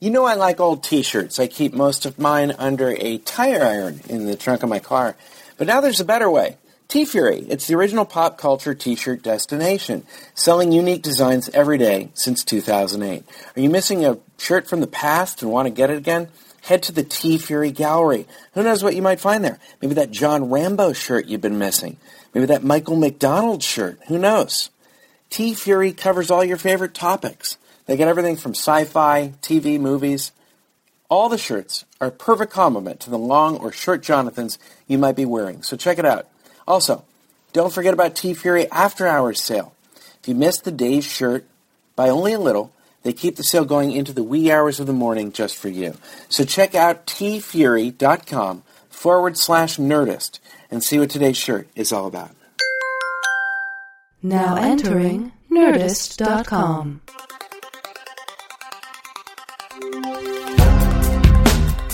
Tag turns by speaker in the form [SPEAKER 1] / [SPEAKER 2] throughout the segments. [SPEAKER 1] You know I like old t-shirts. I keep most of mine under a tire iron in the trunk of my car. But now there's a better way. T-Fury. It's the original pop culture t-shirt destination, selling unique designs every day since 2008. Are you missing a shirt from the past and want to get it again? Head to the T-Fury gallery. Who knows what you might find there? Maybe that John Rambo shirt you've been missing. Maybe that Michael McDonald shirt. Who knows? T Fury covers all your favorite topics. They get everything from sci fi, TV, movies. All the shirts are a perfect complement to the long or short Jonathans you might be wearing, so check it out. Also, don't forget about T Fury After Hours sale. If you missed the day's shirt by only a little, they keep the sale going into the wee hours of the morning just for you. So check out tfury.com forward slash nerdist and see what today's shirt is all about.
[SPEAKER 2] Now entering Nerdist.com.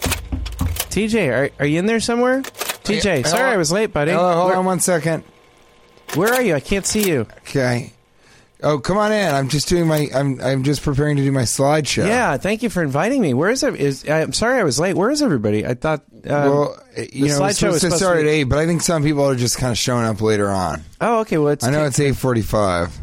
[SPEAKER 3] TJ, are, are you in there somewhere? TJ,
[SPEAKER 4] Hello?
[SPEAKER 3] sorry I was late, buddy.
[SPEAKER 4] Oh, Hello, hold
[SPEAKER 3] where,
[SPEAKER 4] on one second.
[SPEAKER 3] where are you? I can't see you.
[SPEAKER 4] Okay. Oh, come on in. I'm just doing my. I'm. I'm just preparing to do my slideshow.
[SPEAKER 3] Yeah, thank you for inviting me. Where is it? Is I'm sorry I was late. Where is everybody? I thought. Um,
[SPEAKER 4] Well, you know, it's supposed to start at eight, but I think some people are just kind of showing up later on.
[SPEAKER 3] Oh, okay. Well, it's
[SPEAKER 4] I know it's eight forty-five.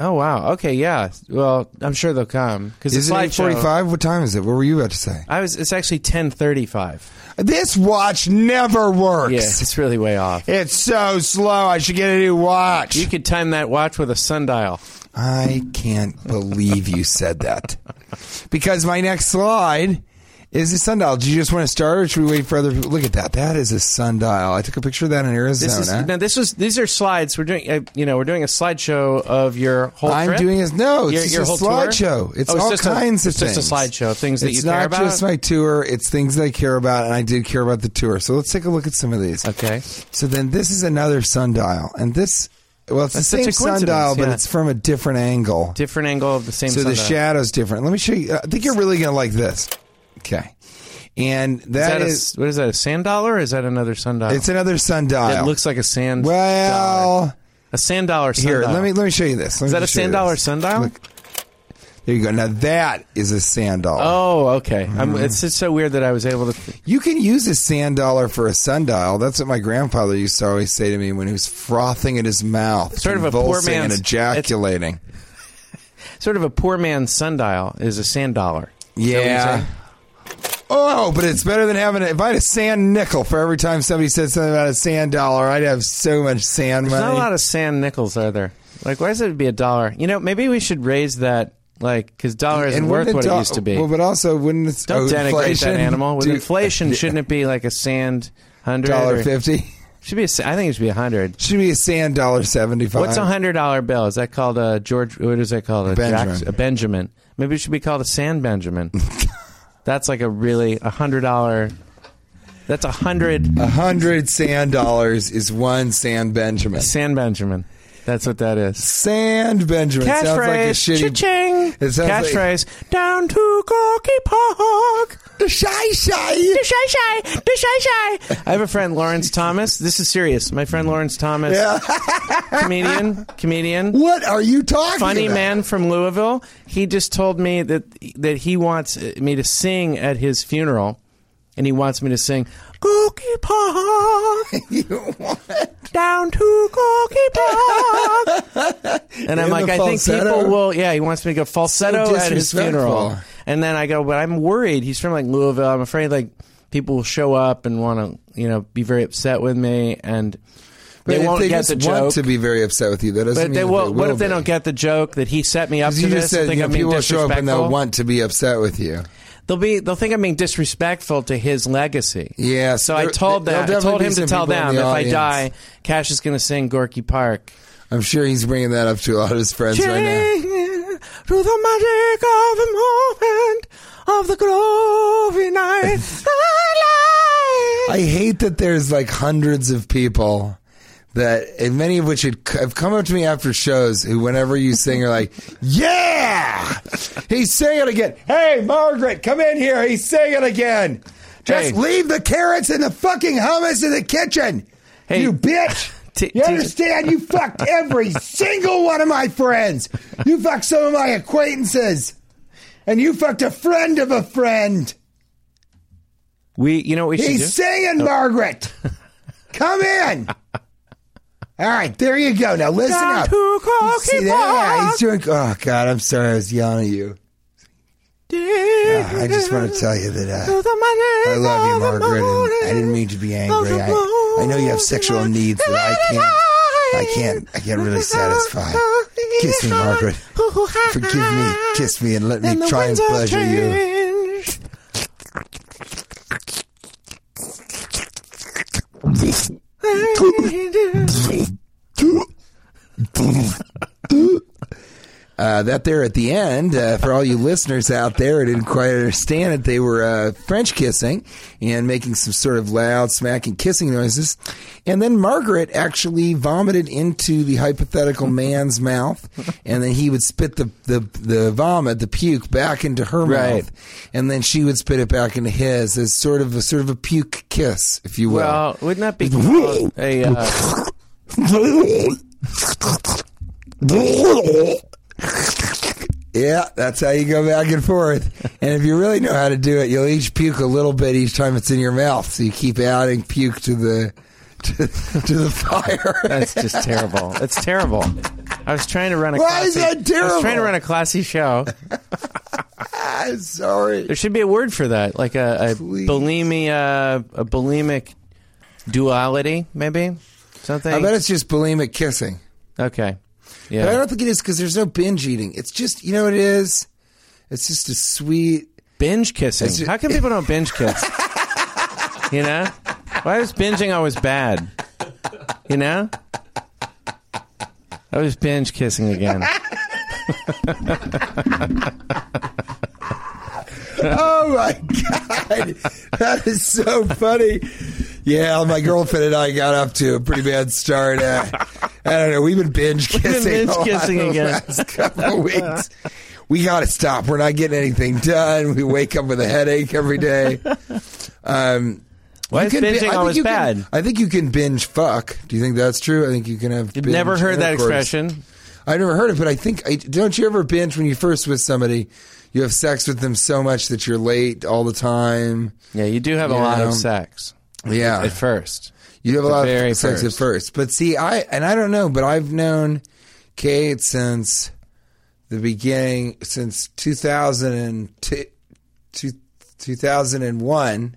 [SPEAKER 3] Oh wow. Okay. Yeah. Well, I'm sure they'll come because
[SPEAKER 4] Is
[SPEAKER 3] it's
[SPEAKER 4] it
[SPEAKER 3] live
[SPEAKER 4] eight forty-five? What time is it? What were you about to say?
[SPEAKER 3] I was. It's actually 10:35.
[SPEAKER 4] This watch never works.
[SPEAKER 3] Yeah, it's really way off.
[SPEAKER 4] It's so slow. I should get a new watch.
[SPEAKER 3] You could time that watch with a sundial.
[SPEAKER 4] I can't believe you said that. Because my next slide is a sundial. Do you just want to start or should we wait for other people? Look at that. That is a sundial. I took a picture of that in
[SPEAKER 3] This
[SPEAKER 4] Arizona.
[SPEAKER 3] is now. This was. These are slides. We're doing. Uh, you know, we're doing a slideshow of your whole.
[SPEAKER 4] I'm
[SPEAKER 3] trip?
[SPEAKER 4] doing is no, it's
[SPEAKER 3] Your-
[SPEAKER 4] just
[SPEAKER 3] your
[SPEAKER 4] a
[SPEAKER 3] whole tour?
[SPEAKER 4] slideshow. It's
[SPEAKER 3] Oh,
[SPEAKER 4] all
[SPEAKER 3] just a-
[SPEAKER 4] kinds
[SPEAKER 3] it's
[SPEAKER 4] of things.
[SPEAKER 3] Just a slideshow. Things that
[SPEAKER 4] it's
[SPEAKER 3] you care
[SPEAKER 4] not
[SPEAKER 3] about.
[SPEAKER 4] just my tour. It's things that I care about, and I did care about the tour. So let's take a look at some of these.
[SPEAKER 3] Okay.
[SPEAKER 4] So then this is another sundial, and this, well, it's
[SPEAKER 3] That's
[SPEAKER 4] the
[SPEAKER 3] such
[SPEAKER 4] same
[SPEAKER 3] a coincidence,
[SPEAKER 4] sundial, but
[SPEAKER 3] yeah.
[SPEAKER 4] it's from a different angle.
[SPEAKER 3] Different angle of the same.
[SPEAKER 4] So the
[SPEAKER 3] sundial.
[SPEAKER 4] shadow's different. Let me show you. Uh, I think you're really gonna like this. Okay, and
[SPEAKER 3] Is
[SPEAKER 4] that
[SPEAKER 3] that a
[SPEAKER 4] is,
[SPEAKER 3] s- what is that? A sand dollar? Or is that another sundial?
[SPEAKER 4] it's another sundial.
[SPEAKER 3] It looks like a sand. dollar.
[SPEAKER 4] well.
[SPEAKER 3] a sand dollar.
[SPEAKER 4] Here,
[SPEAKER 3] sundial.
[SPEAKER 4] let me let me show you this. Let
[SPEAKER 3] Is
[SPEAKER 4] me
[SPEAKER 3] that a
[SPEAKER 4] just show you
[SPEAKER 3] sand dollar
[SPEAKER 4] this.
[SPEAKER 3] sundial?
[SPEAKER 4] Look. There you go. Now that is a sand dollar.
[SPEAKER 3] Oh, okay. I'm,
[SPEAKER 4] Mm-hmm.
[SPEAKER 3] it's just so weird that I was able to.
[SPEAKER 4] You can use a sand dollar for a sundial. That's what my grandfather used to always say to me when he was frothing at his mouth,
[SPEAKER 3] Sort of a poor
[SPEAKER 4] convulsing and
[SPEAKER 3] man's-
[SPEAKER 4] ejaculating.
[SPEAKER 3] Sort of a poor man's sundial is a sand dollar. Is that what you're
[SPEAKER 4] Yeah.
[SPEAKER 3] saying?
[SPEAKER 4] Oh, but it's better than having. If I had a sand nickel for every time somebody said something about a sand dollar, I'd have so much sand
[SPEAKER 3] There's
[SPEAKER 4] money.
[SPEAKER 3] not a lot of sand nickels, are there? Like, why does it be a dollar? You know, maybe we should raise that, like, because dollar isn't worth
[SPEAKER 4] wouldn't
[SPEAKER 3] what
[SPEAKER 4] do-
[SPEAKER 3] it used to be.
[SPEAKER 4] Well, but also wouldn't it,
[SPEAKER 3] Don't
[SPEAKER 4] oh,
[SPEAKER 3] denigrate
[SPEAKER 4] inflation?
[SPEAKER 3] that animal. With
[SPEAKER 4] Do-
[SPEAKER 3] inflation, shouldn't it be like a sand hundred?
[SPEAKER 4] dollar fifty
[SPEAKER 3] Should be. A, sa- I think it should be a hundred.
[SPEAKER 4] should be a sand dollar seventy five.
[SPEAKER 3] What's a hundred dollar bill? Is that called a George? What is that called? A
[SPEAKER 4] Benjamin.
[SPEAKER 3] Jackson- a Benjamin. Maybe it should be called a Sand Benjamin. That's like a really a hundred dollar. That's a hundred
[SPEAKER 4] A hundred sand dollars is one sand Benjamin.
[SPEAKER 3] Sand Benjamin.
[SPEAKER 1] That's what that is.
[SPEAKER 4] Sand Benjamin. sounds like a
[SPEAKER 1] Catchphrase.
[SPEAKER 4] shitty.
[SPEAKER 1] Cha-ching.
[SPEAKER 4] It sounds like-
[SPEAKER 1] Catchphrase. Down to Corky Park.
[SPEAKER 4] The shy shy.
[SPEAKER 1] The shy shy. The shy shy. I have a friend, Lawrence Thomas. This is serious. My friend, Lawrence Thomas. comedian. Comedian.
[SPEAKER 4] What are you talking
[SPEAKER 1] Funny
[SPEAKER 4] about?
[SPEAKER 1] man from Louisville. He just told me that that he wants me to sing at his funeral, and he wants me to sing Corky Park.
[SPEAKER 4] You what?
[SPEAKER 1] down to Gorky Park. and I'm
[SPEAKER 4] In
[SPEAKER 1] like,
[SPEAKER 4] the
[SPEAKER 1] I think
[SPEAKER 4] falsetto?
[SPEAKER 1] people will. Yeah, he wants me to go falsetto
[SPEAKER 4] So
[SPEAKER 1] at his funeral.
[SPEAKER 4] disrespectful.
[SPEAKER 1] And then I go, but I'm worried. He's from like Louisville. I'm afraid like people will show up and want to, you know, be very upset with me and they
[SPEAKER 4] But if
[SPEAKER 1] won't
[SPEAKER 4] they
[SPEAKER 1] get
[SPEAKER 4] just
[SPEAKER 1] the joke.
[SPEAKER 4] want to be very upset with you. That doesn't
[SPEAKER 1] but
[SPEAKER 4] mean
[SPEAKER 1] they
[SPEAKER 4] that
[SPEAKER 1] will, what if
[SPEAKER 4] be.
[SPEAKER 1] they don't get the joke that he set me up to
[SPEAKER 4] You
[SPEAKER 1] this?
[SPEAKER 4] just said
[SPEAKER 1] and think
[SPEAKER 4] you know,
[SPEAKER 1] I'm being
[SPEAKER 4] people will show up and they'll
[SPEAKER 1] disrespectful?
[SPEAKER 4] want to be upset with you.
[SPEAKER 1] They'll be they'll think I'm being disrespectful to his legacy.
[SPEAKER 4] Yeah,
[SPEAKER 1] So
[SPEAKER 4] there-
[SPEAKER 1] I told
[SPEAKER 4] there'll
[SPEAKER 1] that I told
[SPEAKER 4] definitely
[SPEAKER 1] him
[SPEAKER 4] be
[SPEAKER 1] to
[SPEAKER 4] some
[SPEAKER 1] tell
[SPEAKER 4] people in
[SPEAKER 1] them
[SPEAKER 4] the
[SPEAKER 1] if I
[SPEAKER 4] audience.
[SPEAKER 1] die, Cash is going to sing Gorky Park.
[SPEAKER 4] I'm sure he's bringing that up to a lot of his friends right now.
[SPEAKER 1] Chained To the magic of the moment of the glory night. the light.
[SPEAKER 4] I hate that there's like hundreds of people that, and many of which had, have come up to me after shows who, whenever you sing, are like, "Yeah, he's singing again." Hey, Margaret, come in here. He's singing again. Just
[SPEAKER 1] Hey.
[SPEAKER 4] leave the carrots and the fucking hummus in the kitchen.
[SPEAKER 1] Hey.
[SPEAKER 4] You bitch.
[SPEAKER 1] T-
[SPEAKER 4] you
[SPEAKER 1] t-
[SPEAKER 4] understand? You fucked every single one of my friends. You fucked some of my acquaintances. And you fucked a friend of a friend.
[SPEAKER 1] we, you know what we should do?
[SPEAKER 4] He's singing, Margaret. Come in. All right, there you go. Now listen
[SPEAKER 1] Down
[SPEAKER 4] up.
[SPEAKER 1] to
[SPEAKER 4] You
[SPEAKER 1] Corky
[SPEAKER 4] see that? Yeah,
[SPEAKER 1] Park.
[SPEAKER 4] he's doing. Oh God, I'm sorry. I was yelling at you. Uh, I just want to tell you that uh, I love you, Margaret. And I didn't mean to be angry. I, I know you have sexual needs that I can't. I can't. I can't really satisfy. Kiss me, Margaret. Forgive me. Kiss me and let me try and pleasure you. Uh, that there at the end, uh, for all you listeners out there who didn't quite understand it, they were uh, French kissing and making some sort of loud smacking kissing noises. And then Margaret actually vomited into the hypothetical man's mouth, and then he would spit the, the, the vomit, the puke, back into her
[SPEAKER 1] Right.
[SPEAKER 4] mouth, and then she would spit it back into his as sort of a sort of a puke kiss, if you will.
[SPEAKER 1] Well, wouldn't that be called a uh,
[SPEAKER 4] Yeah, that's how you go back and forth. And if you really know how to do it, you'll each puke a little bit each time it's in your mouth. So you keep adding puke to the to, to the fire.
[SPEAKER 1] That's just terrible. That's terrible. I was trying to run a
[SPEAKER 4] Why is
[SPEAKER 1] classy, I
[SPEAKER 4] that
[SPEAKER 1] was trying to
[SPEAKER 4] terrible?
[SPEAKER 1] run a classy show.
[SPEAKER 4] I'm sorry.
[SPEAKER 1] There should be a word for that, like a, a
[SPEAKER 4] Please.
[SPEAKER 1] bulimia, a bulimic duality, maybe something.
[SPEAKER 4] I bet it's just bulimic kissing.
[SPEAKER 1] okay.
[SPEAKER 4] But I
[SPEAKER 1] Yeah,
[SPEAKER 4] don't think it is because there's no binge eating. It's just you know what it is. It's just a sweet.
[SPEAKER 1] binge kissing.
[SPEAKER 4] It's ju-
[SPEAKER 1] How come people don't binge kiss? you know, why is binging always bad? You know, I was binge kissing again.
[SPEAKER 4] Oh my god, that is so funny. Yeah, my girlfriend and I got up to a pretty bad start. Uh, I don't know. We've been binge
[SPEAKER 1] been
[SPEAKER 4] kissing.
[SPEAKER 1] binge
[SPEAKER 4] a lot
[SPEAKER 1] kissing
[SPEAKER 4] the
[SPEAKER 1] again.
[SPEAKER 4] Last couple of weeks. We got to stop. We're not getting anything done. We wake up with a headache every day. Um,
[SPEAKER 1] Why
[SPEAKER 4] you
[SPEAKER 1] is
[SPEAKER 4] can bi- I
[SPEAKER 1] binging
[SPEAKER 4] think
[SPEAKER 1] always
[SPEAKER 4] you can-
[SPEAKER 1] bad?
[SPEAKER 4] I think you can binge fuck. Do you think that's true? I think you can have.
[SPEAKER 1] You've
[SPEAKER 4] binge
[SPEAKER 1] never heard that
[SPEAKER 4] intercourse.
[SPEAKER 1] expression.
[SPEAKER 4] I've never heard it, but I think I, don't you ever binge when you first with somebody? You have sex with them so much that you're late all the time.
[SPEAKER 1] Yeah, you do have a
[SPEAKER 4] You
[SPEAKER 1] lot
[SPEAKER 4] know.
[SPEAKER 1] of sex
[SPEAKER 4] Yeah,
[SPEAKER 1] at first.
[SPEAKER 4] um, you have a
[SPEAKER 1] the
[SPEAKER 4] lot
[SPEAKER 1] very
[SPEAKER 4] of sex
[SPEAKER 1] first.
[SPEAKER 4] at first. But see, I and I don't know, but I've known Kate since the beginning, since 2002, two- 2001.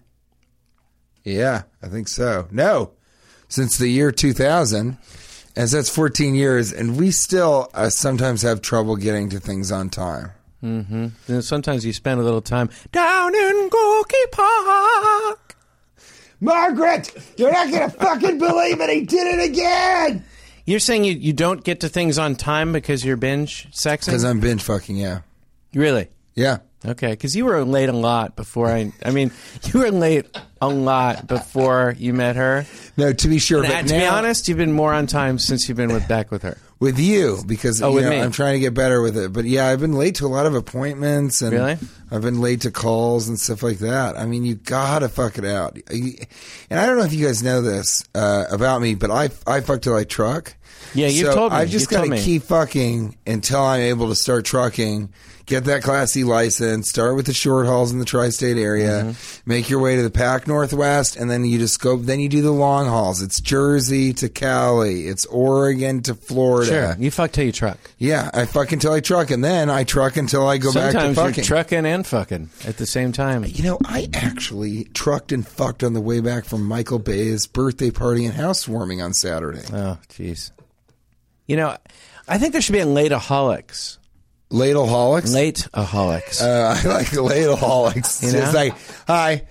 [SPEAKER 4] Yeah, I think so. No, since the year 2000. And so that's 14 years, and we still uh, sometimes have trouble getting to things on time.
[SPEAKER 1] Then sometimes you spend a little time down in Gorky Park.
[SPEAKER 4] Margaret, you're not going to fucking believe it. He did it again.
[SPEAKER 1] You're saying you, you don't get to things on time because you're binge
[SPEAKER 4] Because
[SPEAKER 1] sexing?
[SPEAKER 4] I'm binge fucking, yeah.
[SPEAKER 1] really?
[SPEAKER 4] Yeah.
[SPEAKER 1] Okay, because you were late a lot before I. I mean, you were late a lot before you met her.
[SPEAKER 4] No, to be sure.
[SPEAKER 1] And
[SPEAKER 4] but
[SPEAKER 1] to be
[SPEAKER 4] now-
[SPEAKER 1] honest, you've been more on time since you've been with back with her.
[SPEAKER 4] with you because
[SPEAKER 1] Oh,
[SPEAKER 4] you
[SPEAKER 1] with
[SPEAKER 4] know,
[SPEAKER 1] me.
[SPEAKER 4] I'm trying to get better with it. But yeah, I've been late to a lot of appointments and
[SPEAKER 1] Really?
[SPEAKER 4] I've been late to calls and stuff like that. I mean, you gotta fuck it out. You- And I don't know if you guys know this uh, about me, but I I fuck till I truck.
[SPEAKER 1] Yeah, you've
[SPEAKER 4] so
[SPEAKER 1] told me.
[SPEAKER 4] I've just
[SPEAKER 1] You've told
[SPEAKER 4] gotta
[SPEAKER 1] me.
[SPEAKER 4] keep fucking until I'm able to start trucking. Get that Class C license. Start with the short hauls in the tri-state area.
[SPEAKER 1] Mm-hmm.
[SPEAKER 4] Make your way to the Pac Northwest, and then you just go. Then you do the long hauls. It's Jersey to Cali. It's Oregon to Florida.
[SPEAKER 1] Sure, you fuck till you truck.
[SPEAKER 4] Yeah, I fuck until I truck, and then I truck until I go back to
[SPEAKER 1] Sometimes
[SPEAKER 4] fucking.
[SPEAKER 1] you're trucking and fucking at the same time.
[SPEAKER 4] you know, I actually trucked and fucked on the way back from Michael Bay's birthday party and housewarming on Saturday.
[SPEAKER 1] Oh, jeez. You know, I think there should be a lateaholics.
[SPEAKER 4] Ladleholics.
[SPEAKER 1] Lateaholics.
[SPEAKER 4] Uh, I like the ladleholics.
[SPEAKER 1] You
[SPEAKER 4] It's just
[SPEAKER 1] know?
[SPEAKER 4] like, hi,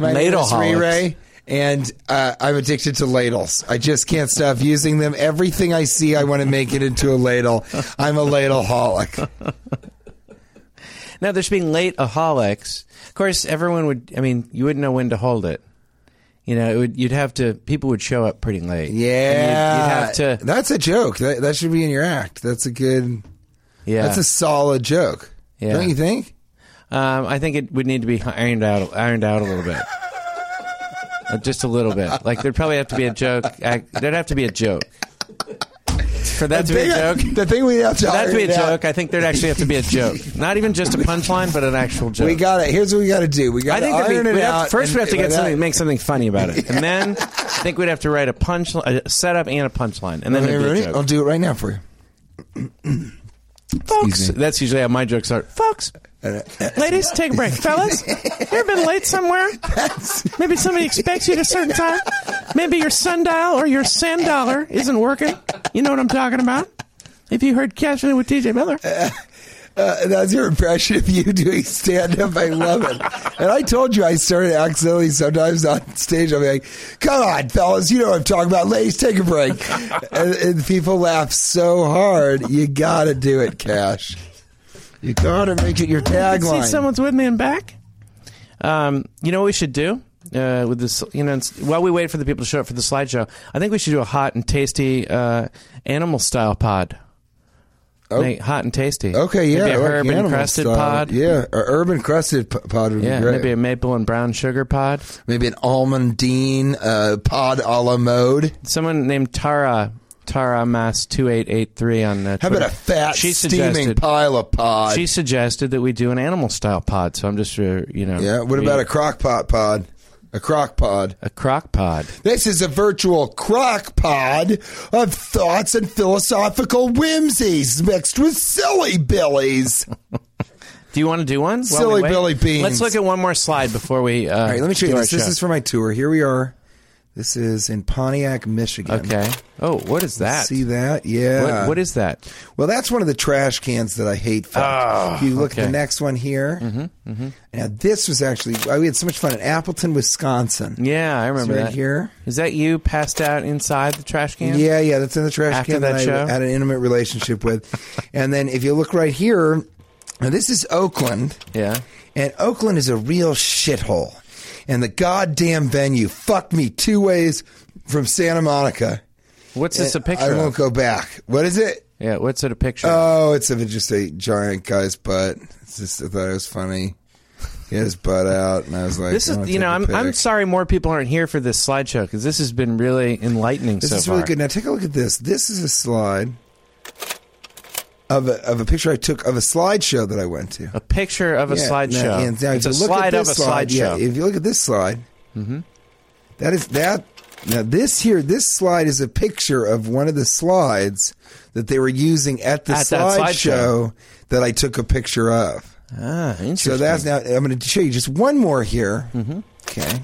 [SPEAKER 4] my name is
[SPEAKER 1] Ladleholics.
[SPEAKER 4] Ray, and uh, I'm addicted to ladles. I just can't stop using them. Everything I see, I want to make it into a ladle. I'm a ladleholic.
[SPEAKER 1] now, there should be lateaholics. Of course, everyone would, I mean, you wouldn't know when to hold it. You know, it would, you'd have to, people would show up pretty late. And you'd-
[SPEAKER 4] Yeah,
[SPEAKER 1] You'd, have to,
[SPEAKER 4] That's a joke. That, that should be in your act. That's a good.
[SPEAKER 1] yeah.
[SPEAKER 4] That's a solid joke.
[SPEAKER 1] Yeah.
[SPEAKER 4] Don't you think?
[SPEAKER 1] Um, I think it would need to be ironed out, ironed out a little bit, Uh, just a little bit. Like there'd probably have to be a joke. I, there'd have to be a joke for that to be a joke.
[SPEAKER 4] Thing- The thing we have to.
[SPEAKER 1] That'd be a
[SPEAKER 4] iron out-
[SPEAKER 1] joke. I think there'd actually have to be a joke, not even just a punchline, but an actual joke.
[SPEAKER 4] We got to Here's what we got to do. We got
[SPEAKER 1] I
[SPEAKER 4] to
[SPEAKER 1] think that'd be-
[SPEAKER 4] iron it
[SPEAKER 1] we'd have-
[SPEAKER 4] out.
[SPEAKER 1] first
[SPEAKER 4] and-
[SPEAKER 1] we have to get
[SPEAKER 4] and-
[SPEAKER 1] something, make something funny about it, and then I think we'd have to write a punch, a setup, and a punchline, and then
[SPEAKER 4] Okay,
[SPEAKER 1] it'd be a
[SPEAKER 4] ready? Oh,
[SPEAKER 1] joke.
[SPEAKER 4] I'll do it right now for you.
[SPEAKER 1] Folks, that's usually how my jokes are. Folks, ladies, take a break. Fellas, you ever been late somewhere? Maybe somebody expects you at a certain time. Maybe your sundial or your sand dollar isn't working. You know what I'm talking about? If you heard Cashing In with TJ Miller,
[SPEAKER 4] Uh, that's your impression of you doing stand up. I love it. and I told you I started accidentally sometimes on stage. I'll be like, come on, fellas, you know what I'm talking about. Ladies, take a break. and, and people laugh so hard. You got to do it, Cash. You got to make it your
[SPEAKER 1] I can see
[SPEAKER 4] tagline.
[SPEAKER 1] someone's with me and back. Um, you know what we should do? Uh, with this, you know, it's- while we wait for the people to show up for the slideshow, I think we should do a hot and tasty uh, animal style pod.
[SPEAKER 4] Oh.
[SPEAKER 1] Make hot and tasty.
[SPEAKER 4] okay, yeah.
[SPEAKER 1] Maybe a
[SPEAKER 4] like
[SPEAKER 1] herb
[SPEAKER 4] animal
[SPEAKER 1] encrusted
[SPEAKER 4] style.
[SPEAKER 1] pod.
[SPEAKER 4] Yeah, or urban crusted p- pod would
[SPEAKER 1] Yeah,
[SPEAKER 4] be great.
[SPEAKER 1] maybe a maple and brown sugar pod.
[SPEAKER 4] maybe an almondine uh, pod a la mode.
[SPEAKER 1] Someone named Tara Tara Mass two eight eight three on uh,
[SPEAKER 4] How about
[SPEAKER 1] Twitter.
[SPEAKER 4] a fat
[SPEAKER 1] She
[SPEAKER 4] steaming
[SPEAKER 1] suggested-
[SPEAKER 4] pile of pod?
[SPEAKER 1] She suggested that we do an animal style pod, so I'm just uh, you know
[SPEAKER 4] yeah. What about a crock pot pod? A crock pod.
[SPEAKER 1] a crock pod?
[SPEAKER 4] This is a virtual crock pod of thoughts and philosophical whimsies mixed with silly billies. All
[SPEAKER 1] Do you want to do one? while
[SPEAKER 4] Silly
[SPEAKER 1] we wait?
[SPEAKER 4] Billy Beans.
[SPEAKER 1] Let's look at one more slide before we. Uh, All
[SPEAKER 4] right, let me show you
[SPEAKER 1] do our
[SPEAKER 4] this. This
[SPEAKER 1] show.
[SPEAKER 4] is for my tour. Here we are. This is in Pontiac, Michigan.
[SPEAKER 1] okay. Oh, what is that?
[SPEAKER 4] See that? Yeah.
[SPEAKER 1] What, what is that?
[SPEAKER 4] Well, that's one of the trash cans that I hate. Fuck. if you look at
[SPEAKER 1] Ah, okay. Mm-hmm,
[SPEAKER 4] the next one here. Now, this was actually, I- we had so much fun in Appleton, Wisconsin.
[SPEAKER 1] Yeah, I remember
[SPEAKER 4] right
[SPEAKER 1] that.
[SPEAKER 4] here.
[SPEAKER 1] Is that you passed out inside the trash can?
[SPEAKER 4] Yeah, yeah, that's in the trash
[SPEAKER 1] After
[SPEAKER 4] can
[SPEAKER 1] that
[SPEAKER 4] that,
[SPEAKER 1] show?
[SPEAKER 4] I had an intimate relationship with. and then if you look right here, now this is Oakland.
[SPEAKER 1] Yeah.
[SPEAKER 4] And Oakland is a real shithole. And the goddamn venue fucked me two ways from Santa Monica.
[SPEAKER 1] What's this a picture?
[SPEAKER 4] I won't
[SPEAKER 1] of?
[SPEAKER 4] go back. What is it?
[SPEAKER 1] Yeah. What's it a picture? of?
[SPEAKER 4] Oh, it's a, just a giant guy's butt. It's just, I thought it was funny. He had his butt out, and I was like,
[SPEAKER 1] This
[SPEAKER 4] I wanna
[SPEAKER 1] is, you
[SPEAKER 4] take
[SPEAKER 1] know,
[SPEAKER 4] a
[SPEAKER 1] I'm, I'm
[SPEAKER 4] pic.
[SPEAKER 1] sorry more people aren't here for this slideshow because this has been really enlightening
[SPEAKER 4] This
[SPEAKER 1] so
[SPEAKER 4] is really
[SPEAKER 1] far.
[SPEAKER 4] good. Now take a look at this. This is a slide of a, of a picture I took of a slideshow that I went to.
[SPEAKER 1] A picture of a
[SPEAKER 4] Yeah,
[SPEAKER 1] slideshow.
[SPEAKER 4] now- and now if
[SPEAKER 1] it's a
[SPEAKER 4] you look at
[SPEAKER 1] slide of a
[SPEAKER 4] this slide, yeah,
[SPEAKER 1] slideshow. Mm-hmm.
[SPEAKER 4] if you look at this slide, that is that. Now this here, this slide is a picture of one of the slides that they were using at the
[SPEAKER 1] At that
[SPEAKER 4] slideshow that I took a picture of.
[SPEAKER 1] ah, interesting.
[SPEAKER 4] So that's now. I'm going to show you just one more here. Okay.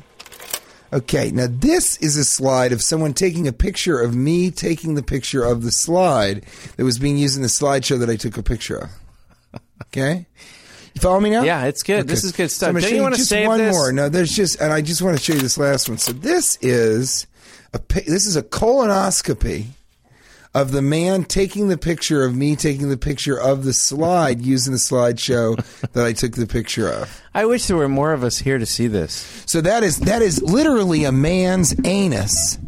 [SPEAKER 4] Okay. Now this is a slide of someone taking a picture of me taking the picture of the slide that was being used in the slideshow that I took a picture of. Okay. You follow me now?
[SPEAKER 1] Yeah, it's good. This is good stuff.
[SPEAKER 4] I'm gonna
[SPEAKER 1] Don't
[SPEAKER 4] show
[SPEAKER 1] you wanna
[SPEAKER 4] just
[SPEAKER 1] save
[SPEAKER 4] one
[SPEAKER 1] this?
[SPEAKER 4] more? No, there's just, and I just want to show you this last one. So this is a pi- this is a colonoscopy of the man taking the picture of me taking the picture of the slide using the slideshow that I took the picture of.
[SPEAKER 1] I wish there were more of us here to see this.
[SPEAKER 4] So that is that is literally a man's anus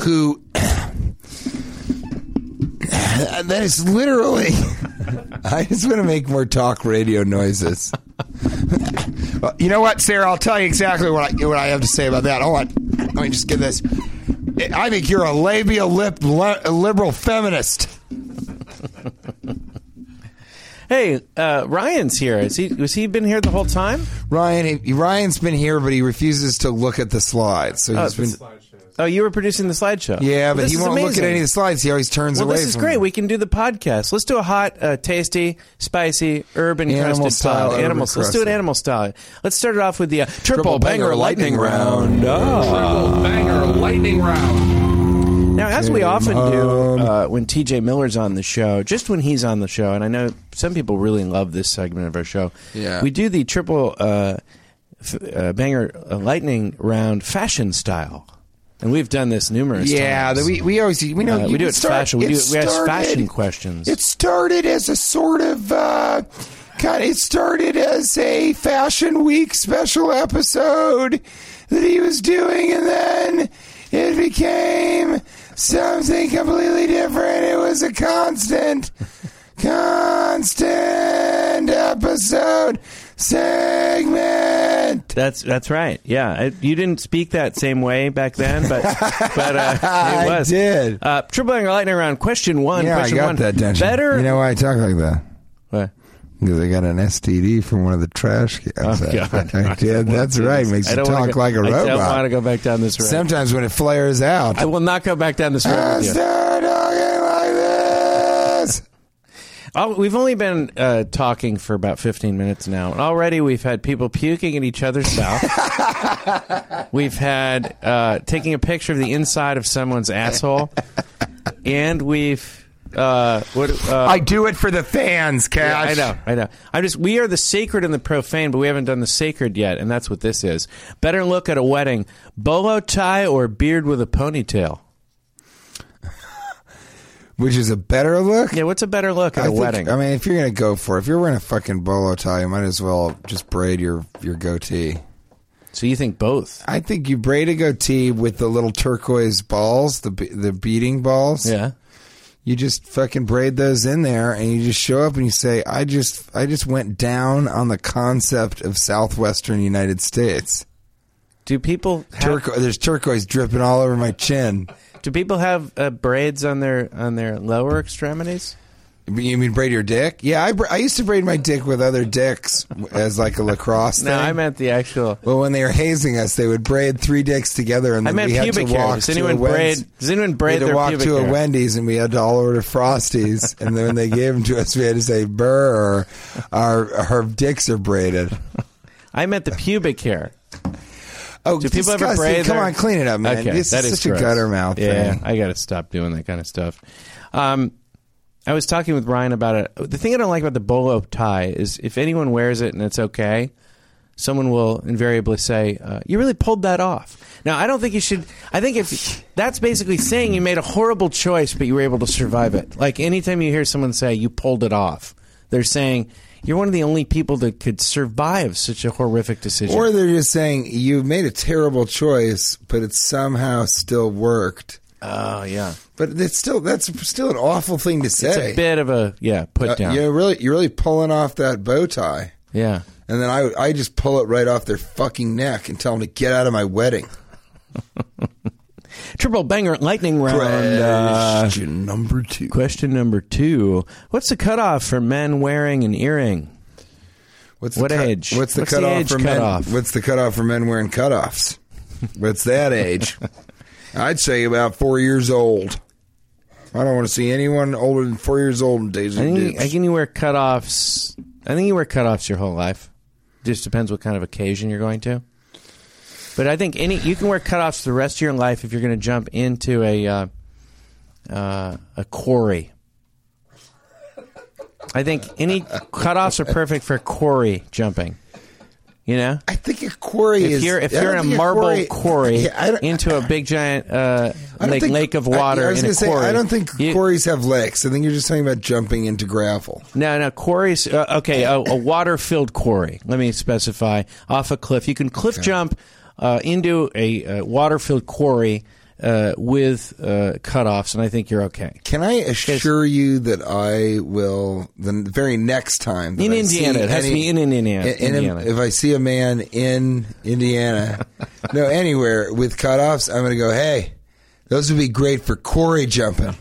[SPEAKER 4] who that is literally. I just want to make more talk radio noises. Well, you know what, Sarah? I'll tell you exactly what I, what I have to say about that. Hold on. Let me just get this. I think you're a labial lip li- liberal feminist.
[SPEAKER 1] Hey, uh, Ryan's here. Is he? Was he been here the whole time?
[SPEAKER 4] Ryan, he- Ryan's been here, but he refuses to look at the slides. So he's been,
[SPEAKER 1] Oh, you were producing the slideshow.
[SPEAKER 4] yeah,
[SPEAKER 1] Well,
[SPEAKER 4] but
[SPEAKER 1] this
[SPEAKER 4] he
[SPEAKER 1] is
[SPEAKER 4] won't look
[SPEAKER 1] amazing.
[SPEAKER 4] at any of the slides. He always turns
[SPEAKER 1] Well,
[SPEAKER 4] away.
[SPEAKER 1] this is
[SPEAKER 4] from
[SPEAKER 1] great.
[SPEAKER 4] them.
[SPEAKER 1] We can do the podcast. Let's do a hot, uh, tasty, spicy, urban
[SPEAKER 4] Animal
[SPEAKER 1] crusted
[SPEAKER 4] style,
[SPEAKER 1] style.
[SPEAKER 4] urban
[SPEAKER 1] Animal. Let's do
[SPEAKER 4] crusted.
[SPEAKER 1] an animal style. Let's start it off with the uh, triple,
[SPEAKER 4] Triple
[SPEAKER 1] banger,
[SPEAKER 4] banger
[SPEAKER 1] lightning,
[SPEAKER 4] lightning
[SPEAKER 1] round.
[SPEAKER 5] Triple banger lightning round.
[SPEAKER 1] Now, as we often
[SPEAKER 4] home.
[SPEAKER 1] do uh, when TJ Miller's on the show, just when he's on the show, and I know some people really love this segment of our show.
[SPEAKER 4] Yeah.
[SPEAKER 1] we do the triple uh, f- uh, banger uh, lightning round fashion style, and we've done this numerous
[SPEAKER 4] Yeah,
[SPEAKER 1] times.
[SPEAKER 4] that we we always we know
[SPEAKER 1] Uh,
[SPEAKER 4] you
[SPEAKER 1] we do
[SPEAKER 4] can
[SPEAKER 1] it fashion. We do it- we ask
[SPEAKER 4] started-
[SPEAKER 1] fashion questions.
[SPEAKER 4] It started as a sort of uh, kind. It started as a fashion week special episode that he was doing, and then it became something completely different. It was a constant, constant episode segment.
[SPEAKER 1] That's that's right. Yeah, I, you didn't speak that same way back then, but but uh,
[SPEAKER 4] I
[SPEAKER 1] it was.
[SPEAKER 4] did.
[SPEAKER 1] Uh, triple banger lightning round. Question one. question one. Better.
[SPEAKER 4] why I talk like that?
[SPEAKER 1] What?
[SPEAKER 4] Because I got an STD from one of the trash cans.
[SPEAKER 1] Oh, God.
[SPEAKER 4] I did. That's right. Makes
[SPEAKER 1] I
[SPEAKER 4] you
[SPEAKER 1] don't wanna
[SPEAKER 4] talk
[SPEAKER 1] go-
[SPEAKER 4] like a
[SPEAKER 1] I don't want to
[SPEAKER 4] robot.
[SPEAKER 1] go back down this road.
[SPEAKER 4] Sometimes when it flares out,
[SPEAKER 1] I will not go back down this road
[SPEAKER 4] I
[SPEAKER 1] with you.
[SPEAKER 4] start talking like this.
[SPEAKER 1] Oh, we've only been uh, talking for about 15 minutes now, and already we've had people puking at each other's mouth. we've had uh, taking a picture of the inside of someone's asshole, and we've uh, what? Uh,
[SPEAKER 4] I do it for the fans, Cash.
[SPEAKER 1] I know, I know. I'm just we are the sacred and the profane, but we haven't done the sacred yet, and that's what this is. Better look at a wedding: bolo tie or beard with a ponytail.
[SPEAKER 4] Which is a better look.
[SPEAKER 1] Yeah, what's a better look at a
[SPEAKER 4] I think- um,
[SPEAKER 1] wedding?
[SPEAKER 4] I mean, if you're gonna go for, it, if you're wearing a fucking bolo tie, you might as well just braid your your goatee.
[SPEAKER 1] so you think both?
[SPEAKER 4] I think you braid a goatee with the little turquoise balls, the be- the beading balls.
[SPEAKER 1] Yeah.
[SPEAKER 4] you just fucking braid those in there and you just show up and you say i just i just went down on the concept of southwestern united states
[SPEAKER 1] Do people have,
[SPEAKER 4] Turqu- there's turquoise dripping all over my chin
[SPEAKER 1] do people have uh, braids on their on their lower extremities?
[SPEAKER 4] you mean braid your dick yeah i, bra- I used to braid my dick with other dicks as like a lacrosse
[SPEAKER 1] No,
[SPEAKER 4] thing
[SPEAKER 1] I meant the actual.
[SPEAKER 4] well, when they were hazing us, they would braid three dicks together, and
[SPEAKER 1] I
[SPEAKER 4] then
[SPEAKER 1] meant
[SPEAKER 4] we had to
[SPEAKER 1] pubic hair.
[SPEAKER 4] walk
[SPEAKER 1] Does
[SPEAKER 4] to
[SPEAKER 1] anyone
[SPEAKER 4] a Wendy's-
[SPEAKER 1] braid? Does anyone
[SPEAKER 4] We
[SPEAKER 1] braid
[SPEAKER 4] had to
[SPEAKER 1] their
[SPEAKER 4] walk
[SPEAKER 1] pubic
[SPEAKER 4] to
[SPEAKER 1] hair?
[SPEAKER 4] a Wendy's and we had to all order Frosties, and then when they gave them to us, we had to say, "Brr, our our dicks are braided."
[SPEAKER 1] I meant the pubic hair.
[SPEAKER 4] Oh,
[SPEAKER 1] Do people ever
[SPEAKER 4] disgusting.
[SPEAKER 1] braid?
[SPEAKER 4] Come
[SPEAKER 1] their-
[SPEAKER 4] on, clean it up, man.
[SPEAKER 1] Okay,
[SPEAKER 4] this
[SPEAKER 1] that
[SPEAKER 4] is such
[SPEAKER 1] gross.
[SPEAKER 4] a gutter mouth
[SPEAKER 1] Yeah,
[SPEAKER 4] thing.
[SPEAKER 1] I got to stop doing that kind of stuff. Um, I was talking with Ryan about it. The thing I don't like about the bolo tie is if anyone wears it and it's okay, someone will invariably say, uh, "You really pulled that off." Now, I don't think you should. I think if that's basically saying you made a horrible choice, but you were able to survive it. Like anytime you hear someone say, "You pulled it off," they're saying. You're one of the only people that could survive such a horrific decision.
[SPEAKER 4] Or they're just saying you made a terrible choice, but it somehow still worked.
[SPEAKER 1] oh yeah,
[SPEAKER 4] But it's still that's still an awful thing to say.
[SPEAKER 1] it's a bit of a yeah put
[SPEAKER 4] Uh,
[SPEAKER 1] down.
[SPEAKER 4] You're really you're really pulling off that bow tie,
[SPEAKER 1] Yeah.
[SPEAKER 4] and then I I just pull it right off their fucking neck and tell them to get out of my wedding.
[SPEAKER 1] Triple banger lightning round. uh,
[SPEAKER 4] Question number two.
[SPEAKER 1] question number two. What's the cutoff for men wearing an earring?
[SPEAKER 4] What's the
[SPEAKER 1] What
[SPEAKER 4] cut-
[SPEAKER 1] age?
[SPEAKER 4] What's the
[SPEAKER 1] What's the
[SPEAKER 4] cutoff
[SPEAKER 1] age
[SPEAKER 4] for men?
[SPEAKER 1] cutoff?
[SPEAKER 4] What's the cutoff for men wearing cutoffs? what's that age? I'd say about four years old. I don't want to see anyone older than four years old in Daisy
[SPEAKER 1] I think,
[SPEAKER 4] Dukes.
[SPEAKER 1] I think you wear cutoffs. I think you wear cutoffs your whole life. Just depends what kind of occasion you're going to. But I think any you can wear cutoffs the rest of your life if you're going to jump into a uh, uh, a quarry. I think any cutoffs are perfect for quarry jumping. You know,
[SPEAKER 4] I think a quarry
[SPEAKER 1] if
[SPEAKER 4] is.
[SPEAKER 1] you're if
[SPEAKER 4] I
[SPEAKER 1] you're
[SPEAKER 4] don't
[SPEAKER 1] in
[SPEAKER 4] think
[SPEAKER 1] a marble quarry,
[SPEAKER 4] Yeah, I don't-
[SPEAKER 1] into a big giant uh,
[SPEAKER 4] I don't
[SPEAKER 1] lake
[SPEAKER 4] think-
[SPEAKER 1] lake of
[SPEAKER 4] I-
[SPEAKER 1] water
[SPEAKER 4] I, was
[SPEAKER 1] in a
[SPEAKER 4] gonna say,
[SPEAKER 1] quarry.
[SPEAKER 4] I don't think
[SPEAKER 1] You-
[SPEAKER 4] quarries have lakes. I think you're just talking about jumping into gravel.
[SPEAKER 1] No, no quarries. Uh, okay, a, a water filled quarry. Let me specify off a cliff. You can cliff jump uh, into a uh, water filled quarry. uh, with uh, cutoffs, and I think you're okay.
[SPEAKER 4] Can I assure you that I will the very next time that
[SPEAKER 1] In
[SPEAKER 4] I
[SPEAKER 1] Indiana.
[SPEAKER 4] see
[SPEAKER 1] It has to
[SPEAKER 4] any-
[SPEAKER 1] be in Indiana.
[SPEAKER 4] in- in-
[SPEAKER 1] Indiana.
[SPEAKER 4] If I see a man in Indiana, no, anywhere with cutoffs, I'm going to go. Hey, those would be great for quarry jumping,